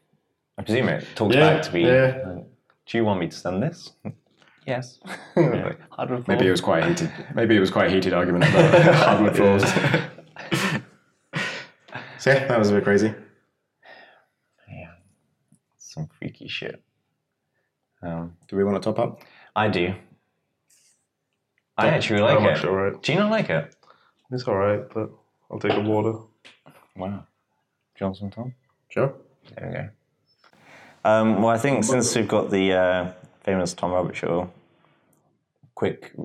I presume it talked
Yeah,
back to me.
yeah.
like, Do you want me to send this? [LAUGHS] yes. [LAUGHS] Like, hardwood floor.
maybe it was quite a heated. Maybe it was quite a heated argument about [LAUGHS] hardwood floors.
[LAUGHS] So yeah, that was a bit crazy.
some freaky shit. Um,
Do we want to top up?
I do. I actually like
I'm
it.
actually alright.
Do you not like it?
It's alright, but I'll take a water.
Wow. Johnson Tom?
Sure.
There we go. Um, well, I think since we've got the uh, famous Tom Roberts show, quick,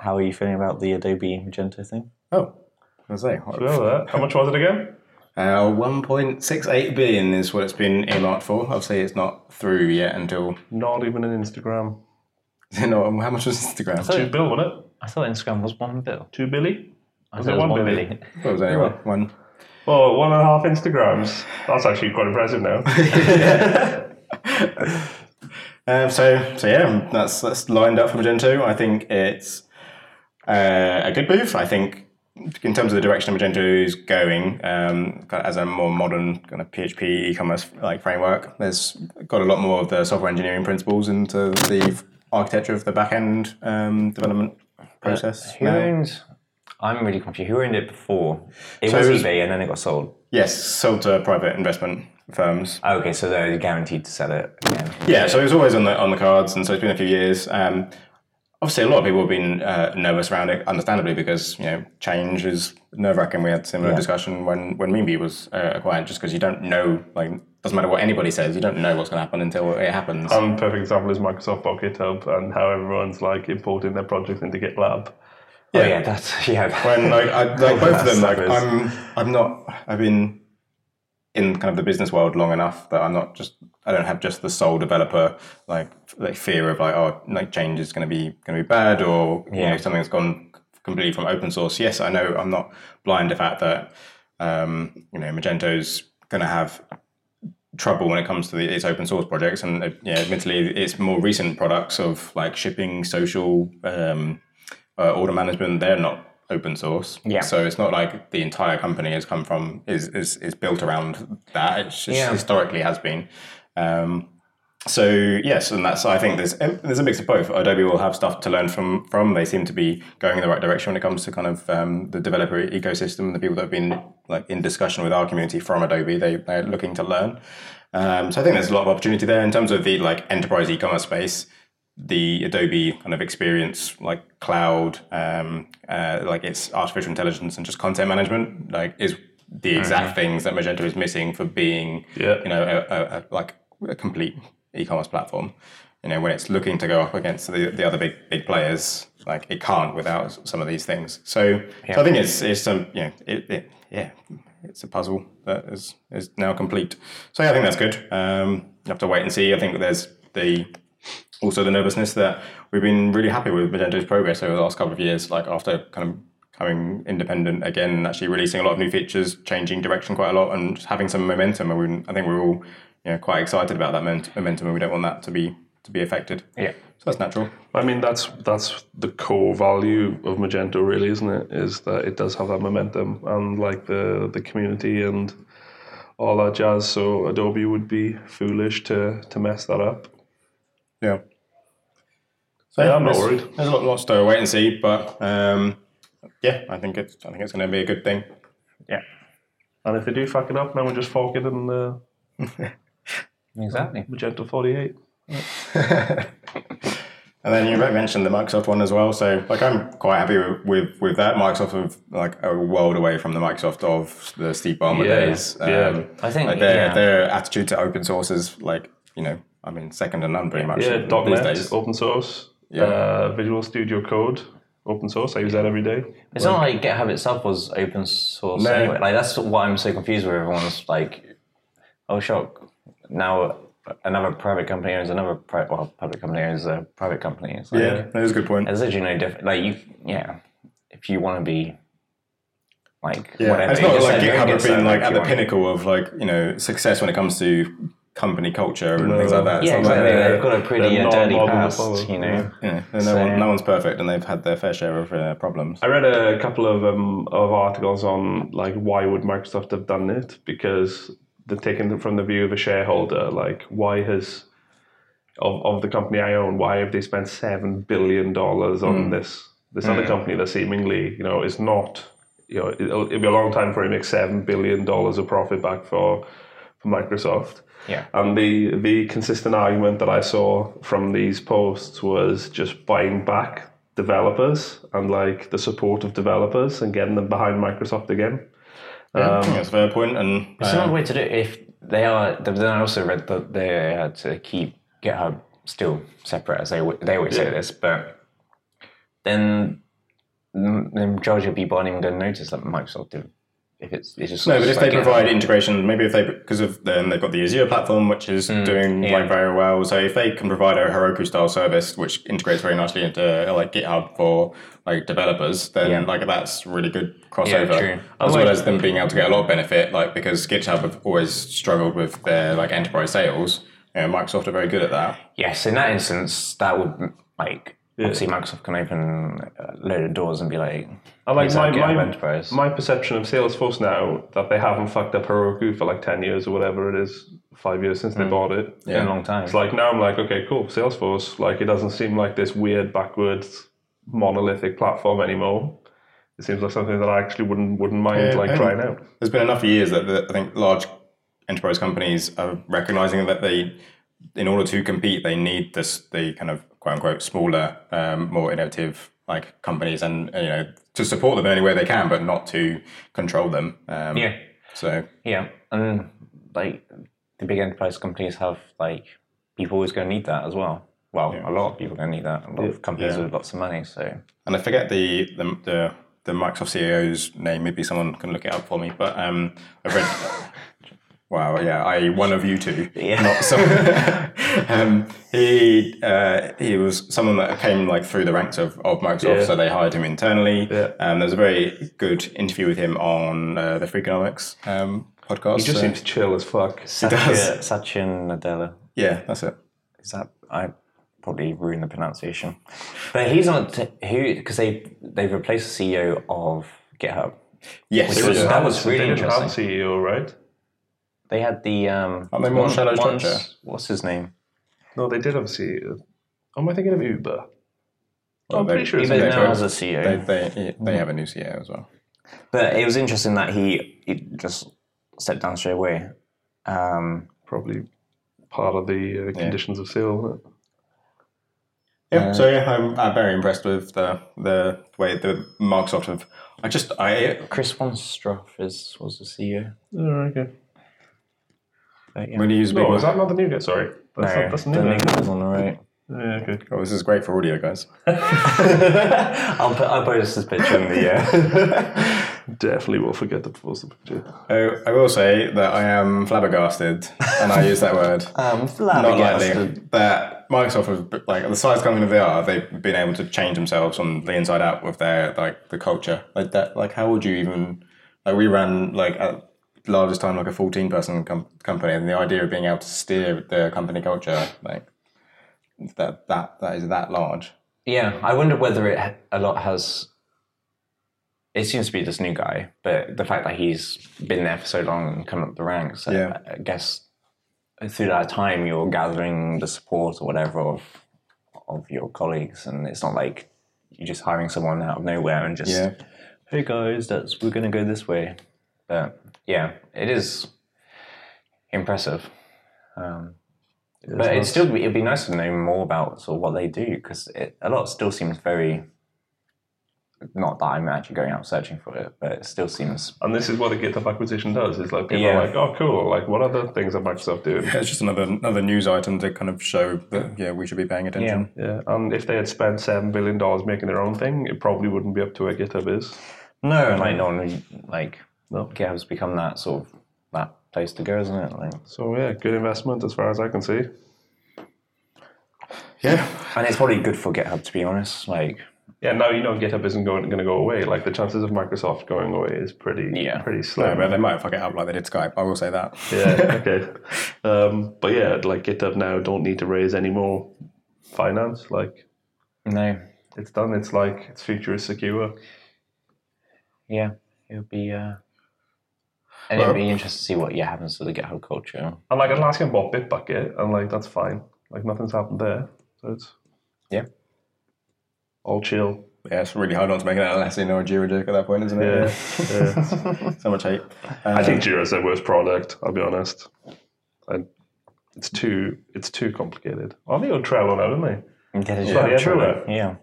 how are you feeling about the Adobe Magento thing?
Oh, I was like,
You know that? How much was it again?
Uh, 1.68 billion is what it's been earmarked for. Obviously, it's not through yet until. [LAUGHS]
Not even an Instagram.
You know, how much was Instagram?
Two bill, wasn't it?
I thought Instagram was one bill.
Two billy?
I
Was
thought
it one billy?
What was it anyway? One.
Oh, one and a half Instagrams. That's actually quite impressive [LAUGHS] now.
Um, so, so yeah, that's that's lined up for Magento. I think it's uh, a good move. I think in terms of the direction Magento is going, um, kind of as a more modern kind of PHP e-commerce like framework, there's got a lot more of the software engineering principles into the architecture of the backend um, development process.
Who
now.
owned? I'm really confused. Who owned it before? It
So
was
it was-
eBay, and then it got sold. Oh,
Yes, sold to private investment firms.
Okay, so they're guaranteed to sell it again.
Yeah, so it was always on the on the cards, and so it's been a few years. Um, obviously, a lot of people have been uh, nervous around it, understandably, because you know change is nerve wracking. We had similar discussion when when Meanbee was uh, acquired, just because you don't know, like, doesn't matter what anybody says, you don't know what's going to happen until it happens.
One perfect example is Microsoft Pocket Hub and how everyone's like importing their projects into GitLab.
Oh, yeah, that's [LAUGHS] yeah. that-
when like, I, like both of them, like
Suckers.
I'm I'm not I've been in kind of the business world long enough that I'm not just I don't have just the sole developer like like fear of like oh like change is going to be going to be bad or you know something's gone completely from open source. Yes, I know I'm not blind to the fact that um, you know Magento's going to have trouble when it comes to the, its open source projects and uh, yeah admittedly its more recent products of like shipping social um, uh, order management they're not open source
Yeah.
so it's not like the entire company has come from is is, is built around that it's just
Yeah.
historically has been um, so yes, and that's I think there's there's a mix of both. Adobe will have stuff to learn from from. They seem to be going in the right direction when it comes to kind of um, the developer ecosystem. The people that have been like in discussion with our community from Adobe, they they're looking to learn. Um, so I think there's a lot of opportunity there in terms of the like enterprise e-commerce space. The Adobe kind of experience, like cloud, um, uh, like its artificial intelligence and just content management, like is the exact things that Magento is missing for being,
Yeah.
you know, a, a, a, like a complete e-commerce platform. You know, when it's looking to go up against the, the other big big players, like it can't without some of these things. So, so I think it's it's some you know it, it yeah it's a puzzle that is is now complete. So yeah, I think that's good. Um, you have to wait and see. I think there's the also the nervousness that we've been really happy with Magento's progress over the last couple of years, like after kind of coming independent again and actually releasing a lot of new features, changing direction quite a lot, and just having some momentum. And we, I think we're all you know, quite excited about that moment- momentum, and we don't want that to be to be affected.
Yeah.
so that's natural.
I mean, that's that's the core value of Magento, really, isn't it? Is that it does have that momentum and like the the community and all that jazz. So Adobe would be foolish to to mess that up.
Yeah,
So yeah, I'm not worried.
there's a lot, lots to wait and see, but um, yeah, I think it's I think it's going to be a good thing.
And if they do fuck it up, then we just fork it in the
Exactly.
Magento 48.
And then you mentioned the Microsoft one as well. So, like, I'm quite happy with with, with that. Microsoft have like a world away from the Microsoft of the Steve Ballmer
Yeah,
days. Um,
yeah.
I think,
like, their
yeah.
their attitude to open source is like you know, I mean, second to none pretty much
Yeah,
these
.NET,
days.
open source,
Yeah.
uh, Visual Studio Code, open source. I use that every day.
It's not like GitHub itself was open source.
No.
Anyway. Like that's what I'm so confused with. Everyone's like, oh shock! Now another private company owns another pri- well, public company owns a private company. It's like,
Yeah, that is a good point.
There's literally no difference. Like you, yeah. If you want to be like
Yeah,
whatever,
it's
you
not
just
like
said, you
GitHub
can
have
get
been
certain
like
if
at
you
the
want.
pinnacle of like you know success when it comes to company culture and things like that. It's
Yeah,
not like
exactly.
they're-
They've got a pretty
they're
uh,
not
dirty
model
past,
followers,
you know.
yeah.
Yeah, and no, one, no one's perfect, and they've had their fair share of uh, problems.
I read a couple of um, of articles on like why would Microsoft have done it because they're taking it from the view of a shareholder. Like why has of, of the company I own, why have they spent seven billion dollars on this this other company that seemingly you know is not you know it'll, it'll be a long time before it makes seven billion dollars of profit back for for Microsoft.
Yeah.
And the the consistent argument that I saw from these posts was just buying back developers and like the support of developers and getting them behind Microsoft again. Um,
I think that's a fair point, and
It's another way to do it if they are. But then I also read that they had to keep GitHub still separate, as they w- they always say this. But then mm, the majority of people aren't even going to notice that Microsoft did. If it's, it's just
No, but if they
like GitHub.
provide integration, maybe if they because of then they've got the Azure platform, which is doing
Mm, yeah.
like very well. So if they can provide a Heroku style service, which integrates very nicely into uh, like GitHub for like developers, then
Yeah.
like that's really good crossover.
true.
As well as them being able to get a lot of benefit, like because GitHub have always struggled with their like enterprise sales. And Microsoft are very good at that.
yes, in that instance, that would mm, like obviously Microsoft can open a load of doors and be like,
And like
Here's our
my,
GitHub
my,
Enterprise.
my perception of Salesforce now that they haven't fucked up Heroku for like ten years or whatever it is, five years since they bought it.
it's been a long time.
It's like now I'm like, okay, cool, Salesforce. Like it doesn't seem like this weird backwards monolithic platform anymore. It seems like something that I actually wouldn't wouldn't mind
Yeah,
like
and-
trying out.
There's been enough years that the, I think large enterprise companies are recognizing that they, in order to compete, they need this the kind of quote unquote smaller, um, more innovative like companies, and you know to support them in any way they can, but not to control them. Um,
yeah,
So
yeah, and like the big enterprise companies have like people always going to need that as well. Well, a lot of people going to need that. A lot of companies with lots of money, so
and I forget the the the, the Microsoft CEO's name. Maybe someone can look it up for me. But um, I've read. wow, yeah, I one of you two, not some. um, he uh, he was someone that came like through the ranks of, of Microsoft, so they hired him internally.
Yeah.
Um, there was a very good interview with him on uh, the Freakonomics um, podcast.
It just
so-
seems chill as fuck.
Satya, Satya Nadella.
yeah, that's it.
Is that I probably ruined the pronunciation? But he's not t- who because they they've replaced the CEO of GitHub.
Yes,
It was-
yeah.
that was really
They didn't have
interesting.
CEO, right?
They had the um.
Aren't they more
one-
shallow
one's-
structure?
What's his name?
No, they did have a CEO. Am I thinking of Uber? I'm
they-
pretty sure it's
Uber
they
now
put-
has a CEO.
they, they they have a new CEO as well.
But it was interesting that he, he just stepped down straight away. Um,
probably part of the uh, conditions of sale.
Yeah, so yeah, I'm, Uh, I'm very impressed with the the way the Microsoft have. I just I
Chris von Stroff is was the E CEO.
Oh, okay.
But yeah.
when you use a big
No,
word.
is that not the new guy? Sorry. That's,
No,
not, that's the
the
new
name
guy.
is on the right.
Yeah, okay.
Oh, this is great for audio, guys.
I'll put I'll post this picture in the uh,
Definitely will forget to post the picture.
Oh, I will say that I am flabbergasted, and I use that word
[LAUGHS] um,
not
flabbergasted.
lightly. That Microsoft, have, like the size company they are, they've been able to change themselves from the inside out with their like the culture. Like that, like how would you even? Like we ran like at the largest time like a fourteen person com- company, and the idea of being able to steer the company culture like that that that is that large.
Yeah, I wonder whether it ha- a lot has. It seems to be this new guy, but the fact that he's been there for so long and come up the ranks, I-
Yeah.
I, guess through that time you're gathering the support or whatever of of your colleagues, and it's not like you're just hiring someone out of nowhere and just
Yeah.
hey guys, that's we're gonna go this way. But yeah, it is impressive. Um, but it'd still be, it'd be nice to know more about sort of what they do because a lot still seems very Not that I'm actually going out searching for it, but it still seems.
And this is what a GitHub acquisition does. It's like people
Yeah.
are like, oh, cool. Like, what other things are Microsoft doing?
It's just another another news item to kind of show that yeah we should be paying attention.
Yeah. And if they had spent seven billion dollars making their own thing, it probably wouldn't be up to where GitHub is.
No, and like normally, like
No.
GitHub's become that sort of that place to go, isn't it? Like,
So yeah, good investment as far as I can see.
Yeah,
and it's probably good for GitHub to be honest. Like,
Yeah, now you know GitHub isn't going, going to go away. Like the chances of Microsoft going away is pretty
Yeah.
pretty
No,
slim.
but they might fuck it up like they did Skype. I will say that.
[LAUGHS] yeah, okay. Um, but yeah, like GitHub now don't need to raise any more finance. Like
no,
it's done. It's like its future is secure.
yeah, it'll be. uh and it'd be interesting to see what yeah, happens to the GitHub culture.
And like Atlassian bought Bitbucket, and like that's fine. Like nothing's happened there, so it's
Yeah.
all chill.
Yeah, it's really hard not to make an Atlassian or a Jira joke at that point, isn't
Yeah,
it?
yeah.
[LAUGHS]
so much hate.
I think Jira's their worst product. I'll be honest. And it's too it's too complicated. Are they on Trello now? Don't they?
Intelligent.
Bloody everywhere.
[LAUGHS] Yeah.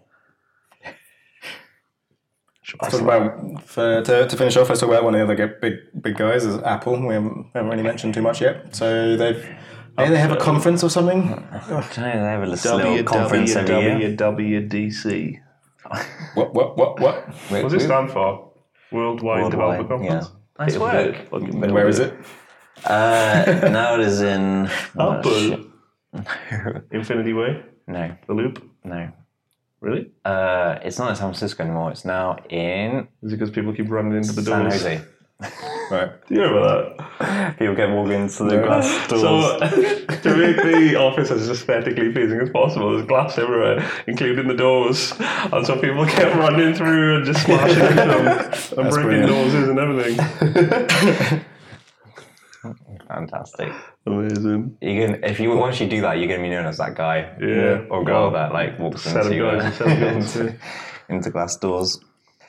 Let's talk about for, to, to finish off. Let's talk about one of the other g- big big guys is Apple. We haven't, haven't really mentioned too much yet. So they've hey, they have a conference or something.
Don't know, they have a little conference every year.
WWDC.
What what what what?
Wait,
What does it stand for? Worldwide, Developer
Worldwide, yeah.
Conference.
Nice work.
Where is it?
Uh, now it is in.
[LAUGHS]
oh, shit.
Apple. [LAUGHS] Infinity Way.
No,
The Loop.
no.
Really?
Uh, it's not in San Francisco anymore. It's now in
Is it because people keep running into the
San
doors?
Jose.
Right.
Do you remember that?
People get walking into the glass doors.
So, [LAUGHS] to make the office as aesthetically pleasing as possible, there's glass everywhere, including the doors. And so people kept running through and just smashing into
[LAUGHS]
them and breaking
brilliant.
noses and everything.
Fantastic.
Amazing.
You can if you once you do that, you're gonna be known as that guy.
Yeah.
Or girl
Well,
that like walks
Set of
into uh,
guys, set of
[LAUGHS]
guns. yeah.
into glass doors.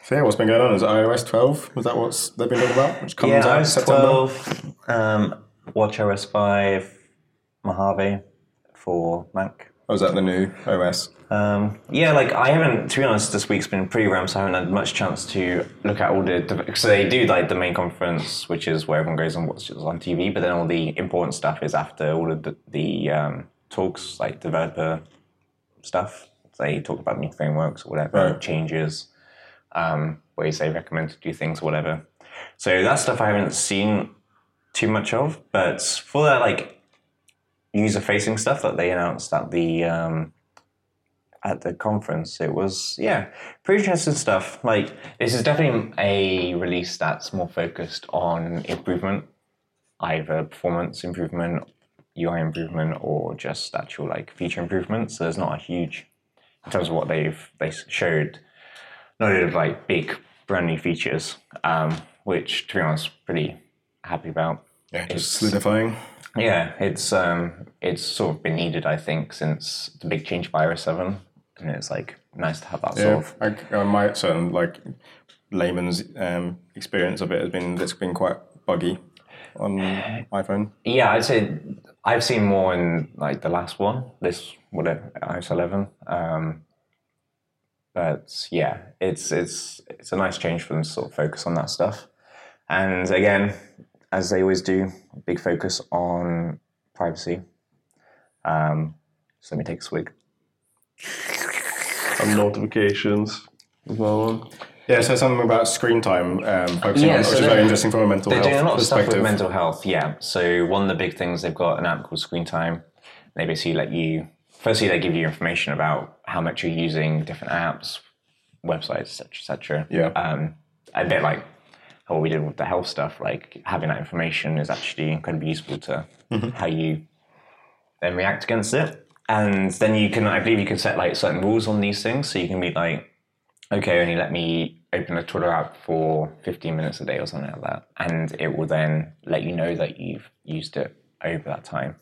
So yeah, what's been going on? Is it iOS 12? Was that what's they've been talking about? Which comes
Yeah,
out
I
in
was
September.
twelve. Um, Watch OS five, Mojave, for Mac.
Or is that the new OS?
Um, yeah, like I haven't, to be honest, this week's been pretty ram, so I haven't had much chance to look at all the. Because they do like the main conference, which is where everyone goes and watches on TV, but then all the important stuff is after all of the, the um, talks, like developer stuff. They talk about new frameworks or whatever, changes, um, ways they recommend to do things or whatever. So that stuff I haven't seen too much of, but for that, like, user facing stuff that they announced at the. Um, at the conference. It was yeah, pretty interesting stuff. Like this is definitely a release that's more focused on improvement, either performance improvement, UI improvement, or just actual like feature improvements. So there's not a huge in terms of what they've they showed. Not of like big brand new features, um, which to be honest, pretty happy about.
Yeah, just solidifying.
Yeah, it's um, it's sort of been needed, I think, since the big change by iOS seven, and it's like nice to have that sort
Yeah,
of.
I, uh, my certain like layman's um, experience of it has been it's been quite buggy
[SIGHS]
on iPhone.
Yeah, I'd say I've seen more in like the last one, this whatever iOS eleven. Um, but yeah, it's it's it's a nice change for them to sort of focus on that stuff, and again, as they always do, big focus on privacy. Um, so let me take a swig.
And notifications. There's another one.
Yeah, so something about screen time um, focusing
Yeah,
on,
so
which is
they-
very interesting from a mental
They're
health
doing a lot of stuff
perspective.
with mental health, yeah. So one of the big things they've got an app called Screen Time. They basically let you firstly they give you information about how much you're using different apps, websites, etc., etc.
yeah,
Um, a bit like what we did with the health stuff. Like having that information is actually incredibly useful to how you then react against it. And then you can, I believe, you can set like certain rules on these things. So you can be like, okay, only let me open a Twitter app for 15 minutes a day or something like that. And it will then let you know that you've used it over that time.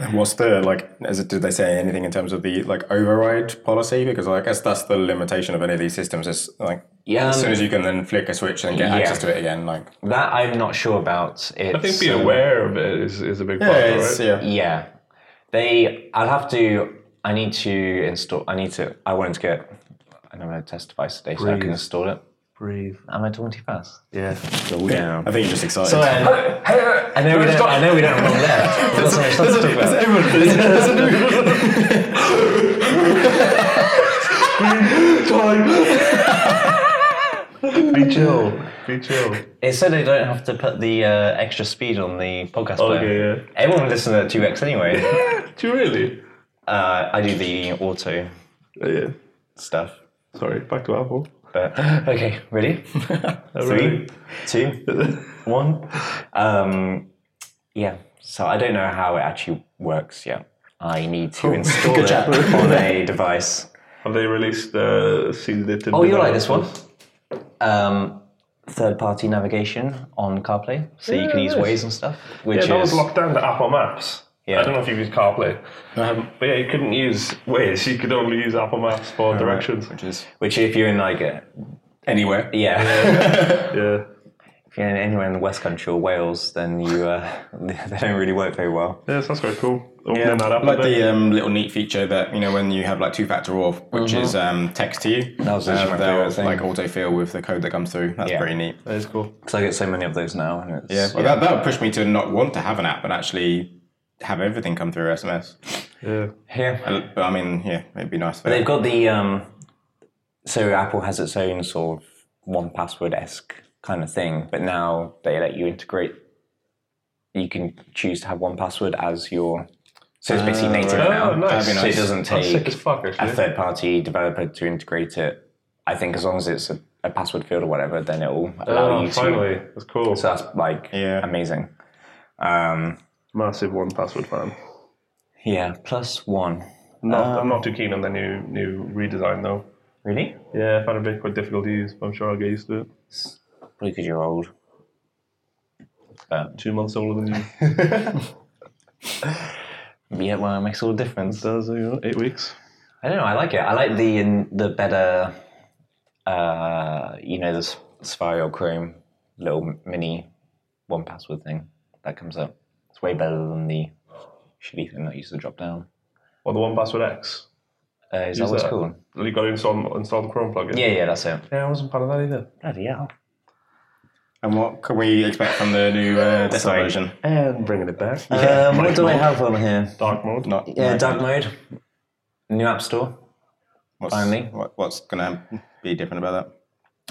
um,
What's the like? Is it, did they say anything in terms of the like override policy? Because I guess that's the limitation of any of these systems. Is like
Yeah,
as soon
um,
as you can then flick a switch and get
Yeah.
access to it again. Like
that I'm not sure about. It's, um,
I think being aware of it is, is a big part
yeah,
of
it's,
it.
yeah.
Yeah, they. I'll have to. I need to install. I need to. I wanted to get. and I've had a test device today, so I can
Breathe.
install it.
Breathe.
Am I talking too fast?
Yeah.
I think you're just excited.
So then, I know we don't. I know we don't have long
[LAUGHS]
left. That's what I'm supposed to talk about. [LAUGHS]
Be chill. Be chill.
It said they don't have to put the uh, extra speed on the podcast player.
Oh, Okay, yeah.
Everyone would listen to 2x anyway. [LAUGHS]
Do you really?
uh, I do the auto
Oh, yeah.
stuff.
Sorry. Back to Apple.
But okay, ready? Three,
ready.
two, [LAUGHS] one. Um, yeah. So I don't know how it actually works yet. I need to install it on a device.
Have they released uh, sealed it?
[LAUGHS] Oh, you like this one? Um, third-party navigation on CarPlay, so you can use
nice.
Waze and stuff. Which
Yeah, that was
is
locked down to Apple Maps.
Yeah.
I don't know if you've used CarPlay. Um, But yeah, you couldn't use Waze. You could only use Apple Maps for directions.
Which is
which if you're in like a,
anywhere.
yeah.
Yeah.
[LAUGHS] if you're in anywhere in the West Country or Wales, then you uh, [LAUGHS] they don't really work very well.
Yeah, so that's very cool. Opening that up
like
a bit.
the um, little neat feature that you know when you have like two-factor auth, which is um, text to you. That
Mm-hmm. was actually my
they'll
favourite thing.
like autofill with the code that comes through. That's
Yeah.
pretty neat.
that is cool.
Because I get so many of those now, and it's
Well, that that would push me to not want to have an app and actually have everything come through SMS.
Yeah.
yeah.
Uh, But I mean, yeah, it'd be nice. For
They've got the um, so Apple has its own sort of one password esque kind of thing, but now they let you integrate. You can choose to have one password as your so it's basically native now.
Oh, nice.
So it doesn't
That's sick as
take
fuck,
a
actually.
third party developer to integrate it. I think as long as it's a, a password field or whatever, then it will allow
Oh,
you
finally.
to.
That's cool.
So that's like
Yeah.
amazing. Um,
Massive one password fan.
yeah, plus one.
Not, I'm
Um,
not too keen on the new new redesign though.
Really?
Yeah, I found it a bit quite difficult to use, but I'm sure I'll get used to it.
Probably because you're old.
Two months older
[LAUGHS]
than you.
Yeah, well, it makes all the difference.
Does you know, eight weeks?
I don't know. I like it. I like the in, the better, uh, you know, the S- Safari or Chrome little mini one password thing that comes up. It's way better than the shitty thing that used to drop down.
Or the one password X?
Uh, is
Use
that what's
that.
called?
You got to install install the Chrome plugin.
Yeah, yeah, that's it.
Yeah, I wasn't part of that either.
Bloody hell.
and what can we expect from the new uh, desktop
Sorry.
version?
And bringing it back.
um, what do I have on here?
Dark mode.
Not
Yeah, dark mode. New App Store.
what's,
finally.
What, what's gonna be different about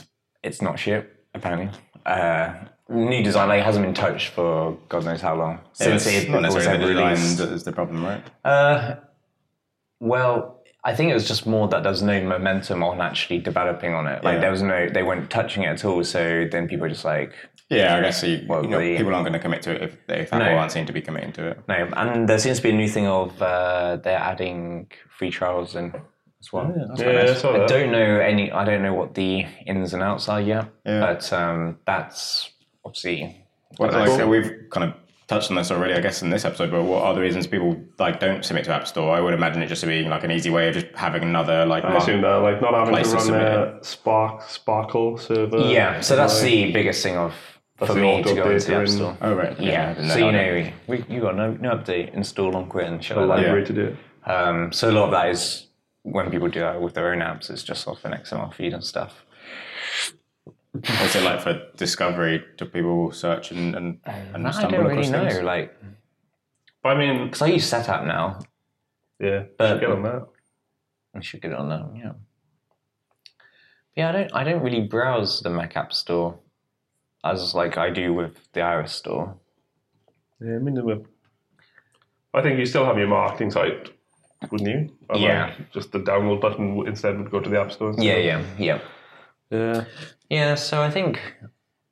that?
It's not shit, apparently. Uh, new design. Like, it hasn't been touched for God knows how long.
So it's, not
was
necessarily the
released.
design that is the problem, right?
Uh, well, I think it was just more that there was no momentum on actually developing on it. Like
Yeah.
there was no, they weren't touching it at all. So then people were just like,
Yeah, I guess you,
Well,
you know,
the-
people aren't going to commit to it if, if Apple
No.
aren't seen to be committing to it.
no. And there seems to be a new thing of uh, they're adding free trials in as well.
Yeah, yeah, I saw
I
that.
don't know any. I don't know what the ins and outs are yet.
Yeah.
But um, that's obviously
Well, like so we've kind of touched on this already, I guess, in this episode. But what are the reasons people like don't submit to App Store? I would imagine it just being like an easy way of just having another like.
I
mar-
assume that, like, not having to
Places
run their Spark Sparkle server.
yeah. So that's
Like,
the biggest thing of for
the
me to go
auto
into the app
updater in-
store.
Oh right. okay, I
Yeah.
didn't
So you
that.
know, we, you got no, no update, install on quit and shit
the
like that.
library to do it.
Um, so a lot of that is when people do that with their own apps, it's just off an XML feed and stuff.
What's it like for discovery? Do people search and and, and
Oh, I
stumble
don't
across
really know,
things?
like,
But I mean,
because I use Setup now.
yeah,
But-
get on that.
I should get it on that, yeah. Yeah, I don't. I don't really browse the Mac App Store as like I do with the iOS Store.
Yeah, I mean, they were- I think you still have your marketing site, wouldn't you? Or, like,
Yeah.
just the download button w- instead would go to the App Store. instead.
Yeah, yeah, yeah,
Yeah.
yeah. So I think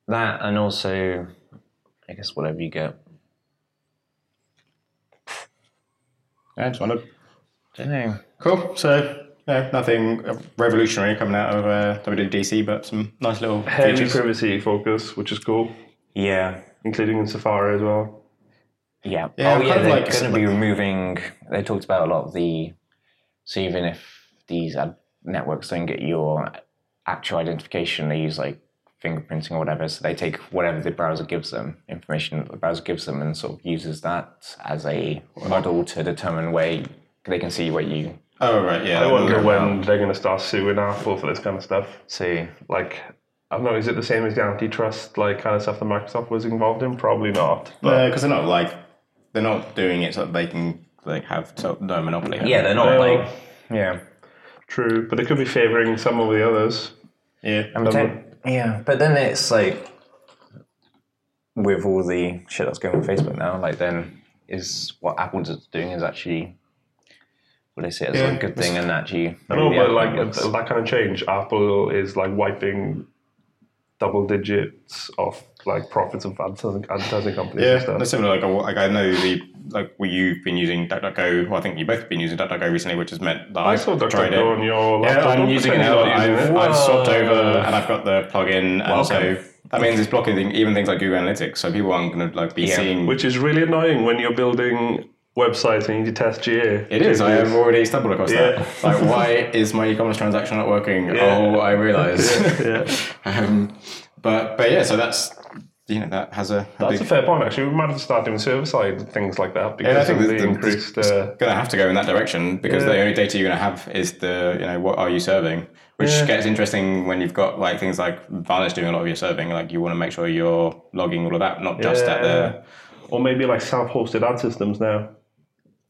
that, and also, I guess whatever you get.
Yeah, just wondered.
don't know.
Cool. So. No, nothing revolutionary coming out of uh, WWDC, but some nice little
Heavy
features.
privacy focus, which is cool,
Yeah,
including in Safari as well.
Yeah.
Yeah,
oh yeah,
kind of
they're
like-
going to be removing. They talked about a lot of the. So even if these ad networks don't get your actual identification, they use like fingerprinting or whatever. So they take whatever the browser gives them, information that the browser gives them, and sort of uses that as a model to determine where they can see where you
Oh right, yeah.
I wonder
Mm.
when they're going to start suing Apple for this kind of stuff.
See,
Like, I don't know, is it the same as the antitrust like kind of stuff that Microsoft was involved in? Probably not. But
No, because they're not like they're not doing it so that they can like have to- no monopoly.
yeah, they're not
Well,
like yeah.
true, but it could be favouring some of the others.
yeah.
I'm te- yeah, but then it's like with all the shit that's going on with Facebook now, like then is what Apple's doing is actually what they say is a good thing and actually
No,
really
but like
outcomes.
th- that kind of change, Apple is like wiping double digits off like profits of advertising, advertising companies and
Yeah,
stuff.
that's similar. Like, I- like I know the like well, you've been using DuckDuckGo. Well, I think you both have been using DuckDuckGo recently, which has meant that
I
I've
saw DuckDuckGo
tried it.
on your
Yeah,
laptop.
I'm
Don't
using it
pretend
now.
you're not using
I've,
it.
I've swapped over and I've got the plugin, and
Welcome.
so that means it's blocking thing, even things like Google Analytics. So people aren't going to like be seeing.
Which is really annoying when you're building websites and you need to test GA.
it is. I have already stumbled across
Yeah.
that. Like, why is my e-commerce transaction not working? Oh, I realise.
Yeah.
[LAUGHS] um, but but yeah, so that's you know that has a, a
That's a
big.
fair point, actually. We might have to start doing server side things like that because
Yeah, I think
of
the,
the,
the,
increased.
it's
Uh,
going to have to go in that direction because the
Yeah.
only data you're going to have is the you know what are you serving, which gets interesting when you've got like things like Varna's doing a lot of your serving. Like you want to make sure you're logging all of that, not just at the
or maybe like self hosted ad systems now.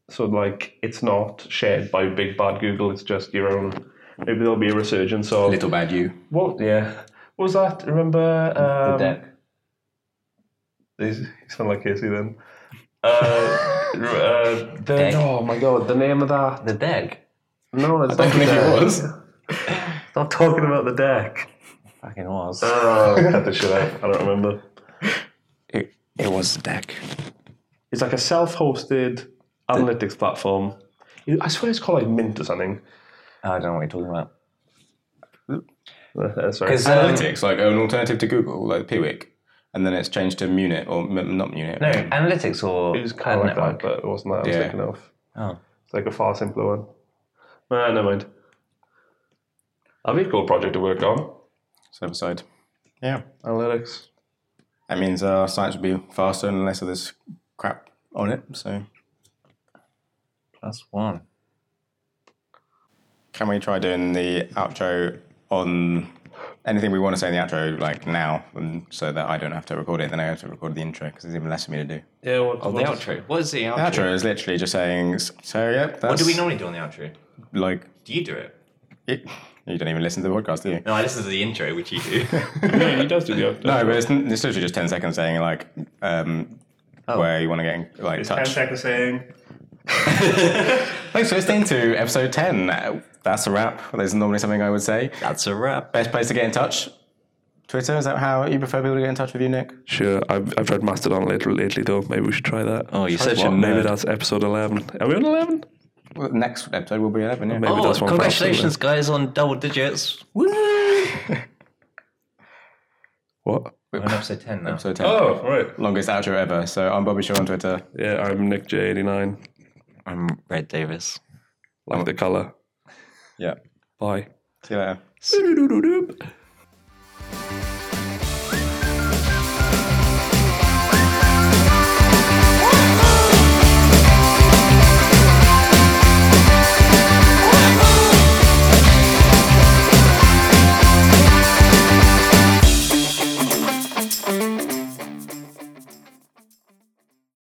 So, like, it's not shared by big bad Google, it's just your own. Maybe there'll be a resurgence of.
little bad you.
What? Yeah. What was that? Remember? Um,
deck.
He's, he sound like Casey then. Uh, r- uh, the,
Deck.
oh my god, the name of that.
the deck.
No,
[LAUGHS]
it's not the
If
deck.
it was.
Stop talking about the deck.
Fucking was.
Oh, cut the shit out. I don't remember.
it, it was the deck.
It's like a self-hosted analytics platform. I swear it's called like Mint or something.
I don't know what you're talking about.
Uh, sorry.
'Cause, um,
Analytics, like an alternative to Google, like Piwik, and then it's changed to Munit or m- not Munit.
no, analytics or
It was kind
ad
of like
network.
that, but it wasn't that I was
Yeah.
thinking of.
Oh.
It's like a far simpler one. Nah, never mind. That'd be a cool project to work on.
server side. Yeah,
Analytics.
that means our sites will be faster and less of this crap on it. So
That's one.
Can we try doing the outro on anything we want to say in the outro, like now, and so that I don't have to record it, then I have to record the intro because there's even less for me to do.
Yeah, what,
Oh, the outro. What is the outro?
The outro is literally just saying, s- so yeah, that's
What do we normally do on the outro?
like.
Do you do it?
It, you don't even listen to the podcast, do you?
No, I listen to the intro, which you do.
Yeah, he [LAUGHS] does do the outro.
No, but it's, n- it's literally just ten seconds saying like um,
Oh.
where you want to get in, like touch.
seconds saying.
[LAUGHS] Thanks for listening to episode ten. Uh, That's a wrap. There's normally something I would say.
That's a wrap.
Best place to get in touch. Twitter is that how you prefer people to get in touch with you, Nick?
Sure, I've, I've read Mastodon lately, lately though. Maybe we should try that.
Oh, you're such a
Maybe
nerd.
that's episode 11. Are we on 11?
Well, next episode will be eleven. Yeah.
Maybe
Oh,
that's one for us, isn't it?
congratulations, guys, on double digits. Woo!
[LAUGHS] What?
[LAUGHS] We're on episode 10 now.
So 10.
Oh, right.
Longest outro ever. So I'm Bobby Shaw on Twitter.
Yeah, I'm Nick J89.
I'm Red Davis.
Like the colour.
Yeah.
Bye.
See you later.
Doo-doo-doo-doo.